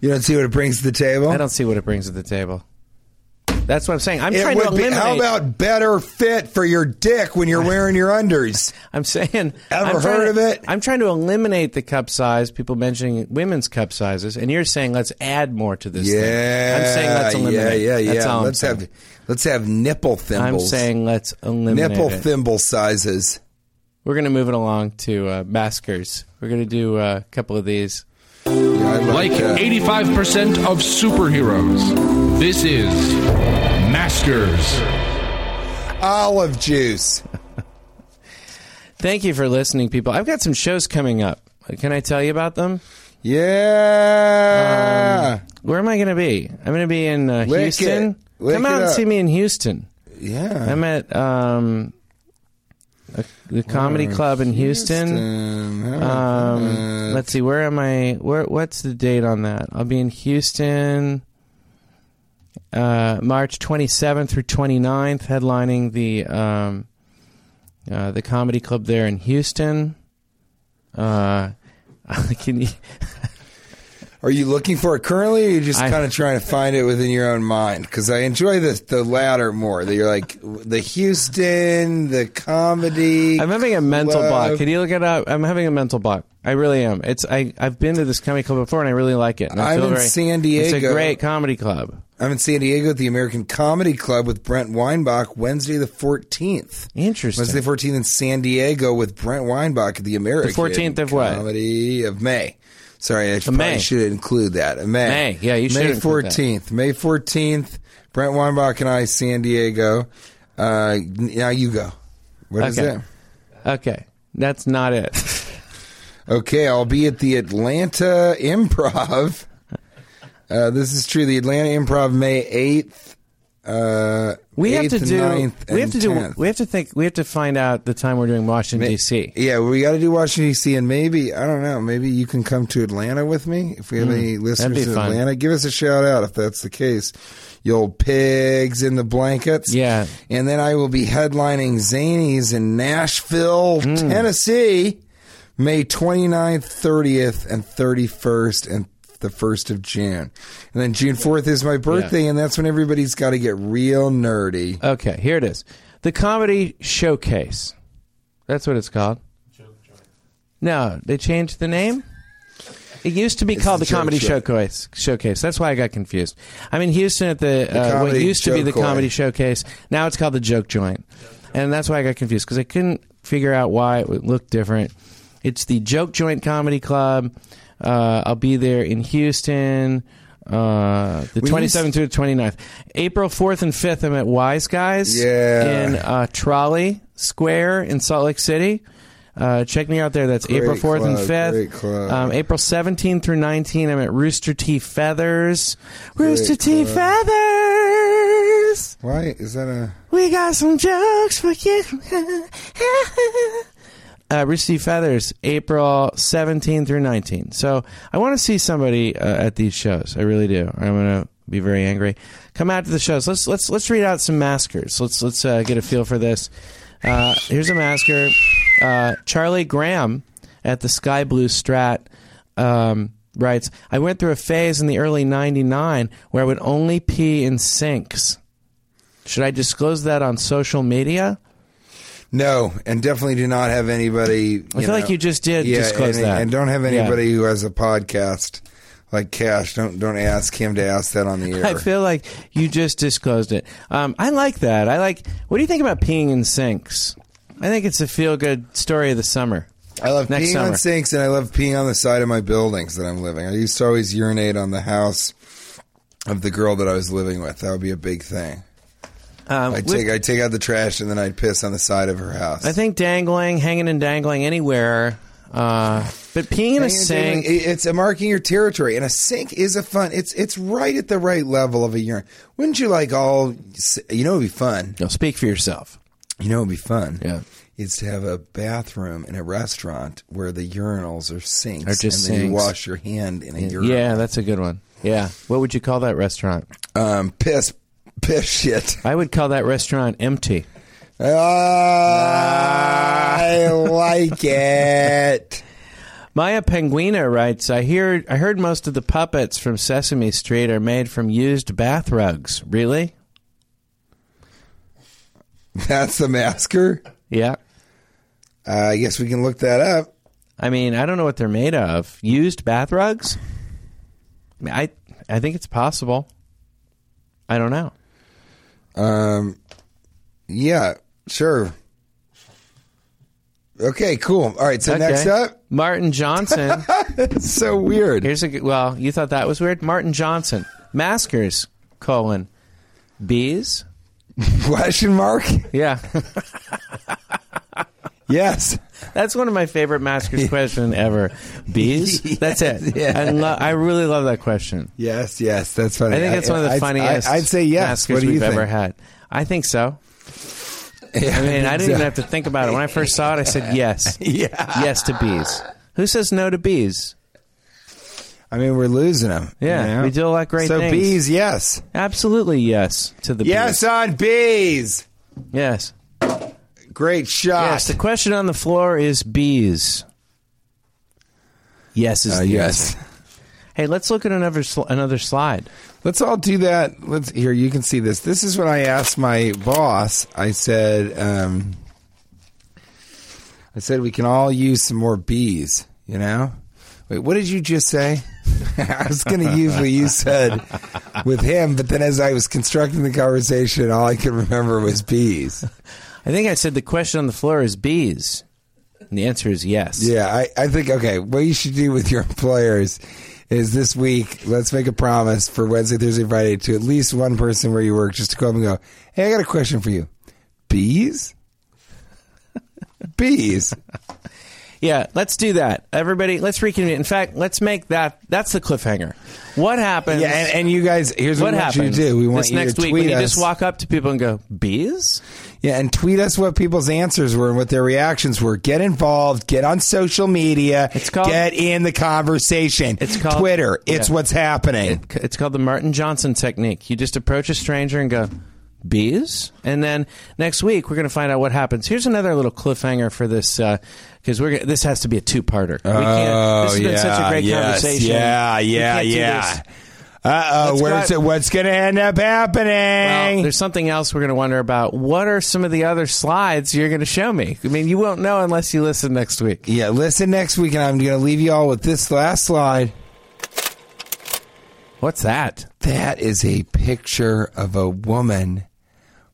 [SPEAKER 4] You don't see what it brings to the table?
[SPEAKER 1] I don't see what it brings to the table. That's what I'm saying. I'm
[SPEAKER 4] It
[SPEAKER 1] trying to
[SPEAKER 4] would be,
[SPEAKER 1] eliminate.
[SPEAKER 4] how about better fit for your dick when you're wearing your unders?
[SPEAKER 1] I'm saying.
[SPEAKER 4] Ever
[SPEAKER 1] I'm trying
[SPEAKER 4] heard
[SPEAKER 1] to-
[SPEAKER 4] of it?
[SPEAKER 1] I'm trying to eliminate the cup size. People mentioning women's cup sizes, and you're saying let's add more to this. thing.
[SPEAKER 4] Yeah.
[SPEAKER 1] I'm saying let's eliminate.
[SPEAKER 4] Yeah, yeah,
[SPEAKER 1] That's
[SPEAKER 4] yeah.
[SPEAKER 1] all I'm
[SPEAKER 4] Let's
[SPEAKER 1] saying.
[SPEAKER 4] have, let's have nipple
[SPEAKER 1] I'm
[SPEAKER 4] thimbles.
[SPEAKER 1] saying let's eliminate
[SPEAKER 4] nipple
[SPEAKER 1] it.
[SPEAKER 4] thimble sizes.
[SPEAKER 1] We're gonna move it along to uh, maskers. We're gonna do uh, a couple of these.
[SPEAKER 4] Yeah, I
[SPEAKER 5] Like
[SPEAKER 4] that.
[SPEAKER 5] 85% of superheroes. This is Masters.
[SPEAKER 4] olive juice.
[SPEAKER 1] Um, Thank you for listening, people. I've got some shows coming up. Can I tell you about them?
[SPEAKER 4] Yeah.
[SPEAKER 1] Where am I going to be? I'm going to be in uh,
[SPEAKER 4] Lick
[SPEAKER 1] Houston.
[SPEAKER 4] it. Lick
[SPEAKER 1] Come
[SPEAKER 4] it
[SPEAKER 1] out and
[SPEAKER 4] up.
[SPEAKER 1] see me in Houston.
[SPEAKER 4] yeah.
[SPEAKER 1] I'm at um, a, the comedy club in Houston.
[SPEAKER 4] uh,
[SPEAKER 1] Um, let's see. Where am I? Where? What's the date on that? I'll be in Houston, uh, March 27th through 29th, headlining the um, uh, the comedy club there e-, in Houston. Uh, can you?
[SPEAKER 4] Are you looking for it currently, or are you just
[SPEAKER 1] I-
[SPEAKER 4] kind of trying to find it within your own mind? Because I enjoy the the latter more. That you're like the Houston, the comedy.
[SPEAKER 1] I'm having a mental
[SPEAKER 4] club.
[SPEAKER 1] block. Can you look it up? I'm having a mental block. I really am. It's I. I've been to this comedy club before, and I really like it. and I
[SPEAKER 4] I'm
[SPEAKER 1] feel
[SPEAKER 4] in
[SPEAKER 1] very- It's
[SPEAKER 4] San Diego.
[SPEAKER 1] a great comedy club.
[SPEAKER 4] I'm in San Diego at the American Comedy Club with Brent Weinbach Wednesday the 14th.
[SPEAKER 1] Interesting.
[SPEAKER 4] Wednesday the 14th in San Diego with Brent Weinbach at the American
[SPEAKER 1] 14th of what?
[SPEAKER 4] Comedy of May. Sorry, I probably
[SPEAKER 1] May.
[SPEAKER 4] should include that. Of May.
[SPEAKER 1] May. Yeah, you should
[SPEAKER 4] May
[SPEAKER 1] include
[SPEAKER 4] 14th. May 14th. Brent Weinbach and I, San Diego. Uh, n- now you go. What is
[SPEAKER 1] Okay.
[SPEAKER 4] that?
[SPEAKER 1] Okay, that's not it.
[SPEAKER 4] Okay, I'll be at the Atlanta Improv. Uh, this is true. The Atlanta Improv, May eighth. Uh,
[SPEAKER 1] We have
[SPEAKER 4] 8th
[SPEAKER 1] to
[SPEAKER 4] and
[SPEAKER 1] do.
[SPEAKER 4] 9th and
[SPEAKER 1] we have to do.
[SPEAKER 4] 10th.
[SPEAKER 1] We have to think. We have to find out the time we're doing Washington D.C.
[SPEAKER 4] Yeah, we got to do Washington D.C. and maybe I don't know. Maybe you can come to Atlanta with me if we have any
[SPEAKER 1] Hmm, be
[SPEAKER 4] listeners in
[SPEAKER 1] fun.
[SPEAKER 4] Atlanta. Give us a shout out if that's the case. You old pigs in the blankets.
[SPEAKER 1] Yeah.
[SPEAKER 4] and then I will be headlining Zanies in Nashville,
[SPEAKER 1] Hmm.
[SPEAKER 4] Tennessee, May 29th, 30th, and 31st, and the 1st of June. And then June 4th is my birthday, and that's when everybody's got to get real nerdy.
[SPEAKER 1] Okay, here it is. The comedy showcase. That's what it's called. No, they changed the name. It used to be
[SPEAKER 4] It's
[SPEAKER 1] called
[SPEAKER 4] the
[SPEAKER 1] the Comedy
[SPEAKER 4] Joke
[SPEAKER 1] Showcase. Showcase. That's why I got confused. I'm in Houston at the, uh, what
[SPEAKER 4] Comedy
[SPEAKER 1] used to be the
[SPEAKER 4] Joke
[SPEAKER 1] Comedy
[SPEAKER 4] Joint.
[SPEAKER 1] Showcase. Now it's called the Joke Joint, and that's why I got confused because I couldn't figure out why it would look different. It's the Joke Joint Comedy Club. Uh, I'll be there in Houston. Uh, the
[SPEAKER 4] We
[SPEAKER 1] twenty
[SPEAKER 4] used-
[SPEAKER 1] seventh through the 29th. April 4th and 5th, I'm at Wise Guys
[SPEAKER 4] Yeah.
[SPEAKER 1] in uh, Trolley Square in Salt Lake City. Uh, check me out there. That's April 4th and
[SPEAKER 4] club,
[SPEAKER 1] 5th.
[SPEAKER 4] great club.
[SPEAKER 1] Um, April 17th through 19th, I'm at Rooster Tea Feathers. Rooster Tea Feathers!
[SPEAKER 4] Why is that a?
[SPEAKER 1] We got some jokes for you. uh, Rooster Tea Feathers, April 17th through 19th. So I want to see somebody uh, at these shows. I really do. I'm going to be very angry. Come out to the shows. Let's let's let's read out some maskers. Let's let's uh, get a feel for this. Uh, here's a masker. Uh, Charlie Graham at the Sky Blue Strat um, writes. I went through a phase in the early '99 where I would only pee in sinks. Should I disclose that on social media?
[SPEAKER 4] No, and definitely do not have anybody.
[SPEAKER 1] I feel like you just did
[SPEAKER 4] yeah,
[SPEAKER 1] disclose
[SPEAKER 4] and,
[SPEAKER 1] that.
[SPEAKER 4] and don't have
[SPEAKER 1] Yeah.
[SPEAKER 4] anybody who has a podcast like Cash. Don't don't ask him to ask that on the air.
[SPEAKER 1] I feel like you just disclosed it. Um, I like that. I like. What do you think about peeing in sinks? I think it's a feel-good story of the summer.
[SPEAKER 4] I love
[SPEAKER 1] Next
[SPEAKER 4] peeing
[SPEAKER 1] summer.
[SPEAKER 4] on sinks, and I love peeing on the side of my buildings that I'm living. I used to always urinate on the house of the girl that I was living with. That would be a big thing.
[SPEAKER 1] Um,
[SPEAKER 4] I
[SPEAKER 1] with-
[SPEAKER 4] take I take out the trash, and then I'd piss on the side of her house.
[SPEAKER 1] I think dangling, hanging, and dangling anywhere. Uh, but peeing in a
[SPEAKER 4] Hang on, Jamie.
[SPEAKER 1] sink.
[SPEAKER 4] It- It's a marking your territory, and a sink is a fun. It's it's right at the right level of a urine. Wouldn't you like all? You know, it'd be fun.
[SPEAKER 1] No, speak for yourself.
[SPEAKER 4] You know, it'd be fun.
[SPEAKER 1] Yeah.
[SPEAKER 4] Is to have a bathroom in a restaurant where the urinals are sinks,
[SPEAKER 1] Are just
[SPEAKER 4] and then you
[SPEAKER 1] sinks.
[SPEAKER 4] wash your hand in a urinal.
[SPEAKER 1] Yeah, that's a good one. Yeah. What would you call that restaurant?
[SPEAKER 4] Um, piss, piss, shit.
[SPEAKER 1] I would call that restaurant empty.
[SPEAKER 4] I like it.
[SPEAKER 1] Maya Penguina writes, I hear I heard most of the puppets from Sesame Street are made from used bath rugs. Really?
[SPEAKER 4] That's the masker.
[SPEAKER 1] Yeah.
[SPEAKER 4] Uh, I guess we can look that up.
[SPEAKER 1] I mean, I don't know what they're made of. Used bath rugs? I mean, I, I think it's possible. I don't know.
[SPEAKER 4] Um, yeah, sure. Okay, cool. All right, so
[SPEAKER 1] Okay.
[SPEAKER 4] next up,
[SPEAKER 1] Martin Johnson.
[SPEAKER 4] it's so weird.
[SPEAKER 1] Here's a good, well, you thought that was weird. Martin Johnson. Maskers, colon, bees?
[SPEAKER 4] Question mark?
[SPEAKER 1] Yeah.
[SPEAKER 4] Yes.
[SPEAKER 1] That's one of my favorite maskers question ever. Bees? That's it.
[SPEAKER 4] Yeah.
[SPEAKER 1] I, lo- I really love that question.
[SPEAKER 4] Yes, yes, that's funny.
[SPEAKER 1] I think that's one of the
[SPEAKER 4] I'd-
[SPEAKER 1] funniest.
[SPEAKER 4] I, would say yes.
[SPEAKER 1] maskers
[SPEAKER 4] What do you
[SPEAKER 1] we've
[SPEAKER 4] think?
[SPEAKER 1] ever had. I think so.
[SPEAKER 4] Yeah,
[SPEAKER 1] I mean, I didn't
[SPEAKER 4] so.
[SPEAKER 1] even have to think about it. When I first saw it, I said yes,
[SPEAKER 4] Yeah.
[SPEAKER 1] yes to bees. Who says no to bees?
[SPEAKER 4] I mean, we're losing them.
[SPEAKER 1] Yeah, we do a lot of great
[SPEAKER 4] so
[SPEAKER 1] things.
[SPEAKER 4] bees, yes,
[SPEAKER 1] Absolutely yes to the
[SPEAKER 4] yes
[SPEAKER 1] bees.
[SPEAKER 4] on bees.
[SPEAKER 1] Yes,
[SPEAKER 4] Great shot.
[SPEAKER 1] yes. The question on the floor is bees. Yes is
[SPEAKER 4] Uh,
[SPEAKER 1] the
[SPEAKER 4] yes.
[SPEAKER 1] answer. Hey, let's look at another sl- another slide.
[SPEAKER 4] Let's all do that. Let's here. You can see this. This is what I asked my boss. I said, um, I said we can all use some more bees. You know. Wait, what did you just say? I was going to use what you said with him, but then as I was constructing the conversation, all I could remember was bees.
[SPEAKER 1] I think I said the question on the floor is bees. And the answer is yes.
[SPEAKER 4] Yeah, I, I think okay. What you should do with your employers is this week. Let's make a promise for Wednesday, Thursday, Friday to at least one person where you work, just to go up and go. Hey, I got a question for you. Bees. Bees.
[SPEAKER 1] Yeah, let's do that. Everybody, let's reconvene. In fact, let's make that that's the cliffhanger. What happens?
[SPEAKER 4] Yeah, and, and you guys, here's
[SPEAKER 1] what
[SPEAKER 4] what, we want
[SPEAKER 1] happens
[SPEAKER 4] you to do. We want
[SPEAKER 1] this
[SPEAKER 4] you
[SPEAKER 1] next
[SPEAKER 4] to
[SPEAKER 1] week
[SPEAKER 4] tweet
[SPEAKER 1] when you
[SPEAKER 4] us.
[SPEAKER 1] just walk up to people and go, bees?
[SPEAKER 4] Yeah, and tweet us what people's answers were and what their reactions were. Get involved. Get on social media.
[SPEAKER 1] It's called-
[SPEAKER 4] get in the conversation.
[SPEAKER 1] It's called-
[SPEAKER 4] Twitter. It's
[SPEAKER 1] Yeah.
[SPEAKER 4] what's happening.
[SPEAKER 1] It- It's called the Martin Johnson technique. You just approach a stranger and go, bees? And then next week, we're going to find out what happens. Here's another little cliffhanger for this, because we're gonna, this has to be a two-parter. We can't, this has been such a great
[SPEAKER 4] Oh, yes,
[SPEAKER 1] conversation.
[SPEAKER 4] Yeah,
[SPEAKER 1] We
[SPEAKER 4] yeah,
[SPEAKER 1] can't do
[SPEAKER 4] yeah.
[SPEAKER 1] this.
[SPEAKER 4] Uh oh,
[SPEAKER 1] Let's
[SPEAKER 4] where's
[SPEAKER 1] go-
[SPEAKER 4] it? What's going to end up happening?
[SPEAKER 1] Well, there's something else we're going to wonder about. What are some of the other slides you're going to show me? I mean, you won't know unless you listen next week.
[SPEAKER 4] yeah, listen next week, and I'm going to leave you all with this last slide.
[SPEAKER 1] What's that?
[SPEAKER 4] That is a picture of a woman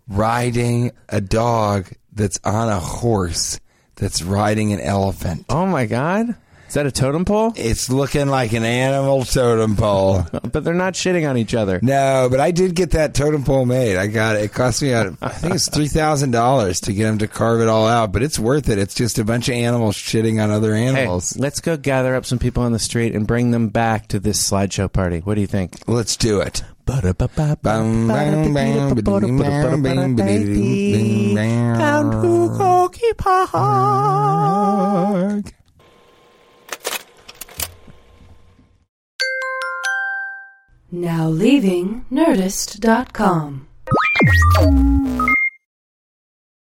[SPEAKER 4] riding a dog that's on a horse that's riding an elephant.
[SPEAKER 1] Oh my God. Is that a totem pole?
[SPEAKER 4] It's looking like an animal totem pole.
[SPEAKER 1] But they're not shitting on each other.
[SPEAKER 4] No, but I did get that totem pole made. I got it. It cost me, uh, I think it's three thousand dollars to get him to carve it all out, but it's worth it. It's just a bunch of animals shitting on other
[SPEAKER 1] Hey,
[SPEAKER 4] animals.
[SPEAKER 1] let's go gather up some people on the street and bring them back to this slideshow party. What do you think?
[SPEAKER 4] Let's do it. Bum, bum, bum, ba-dum, bum, bum, ba-dum, bum,
[SPEAKER 1] Down to goalkeeper.
[SPEAKER 2] Now leaving Nerdist.com.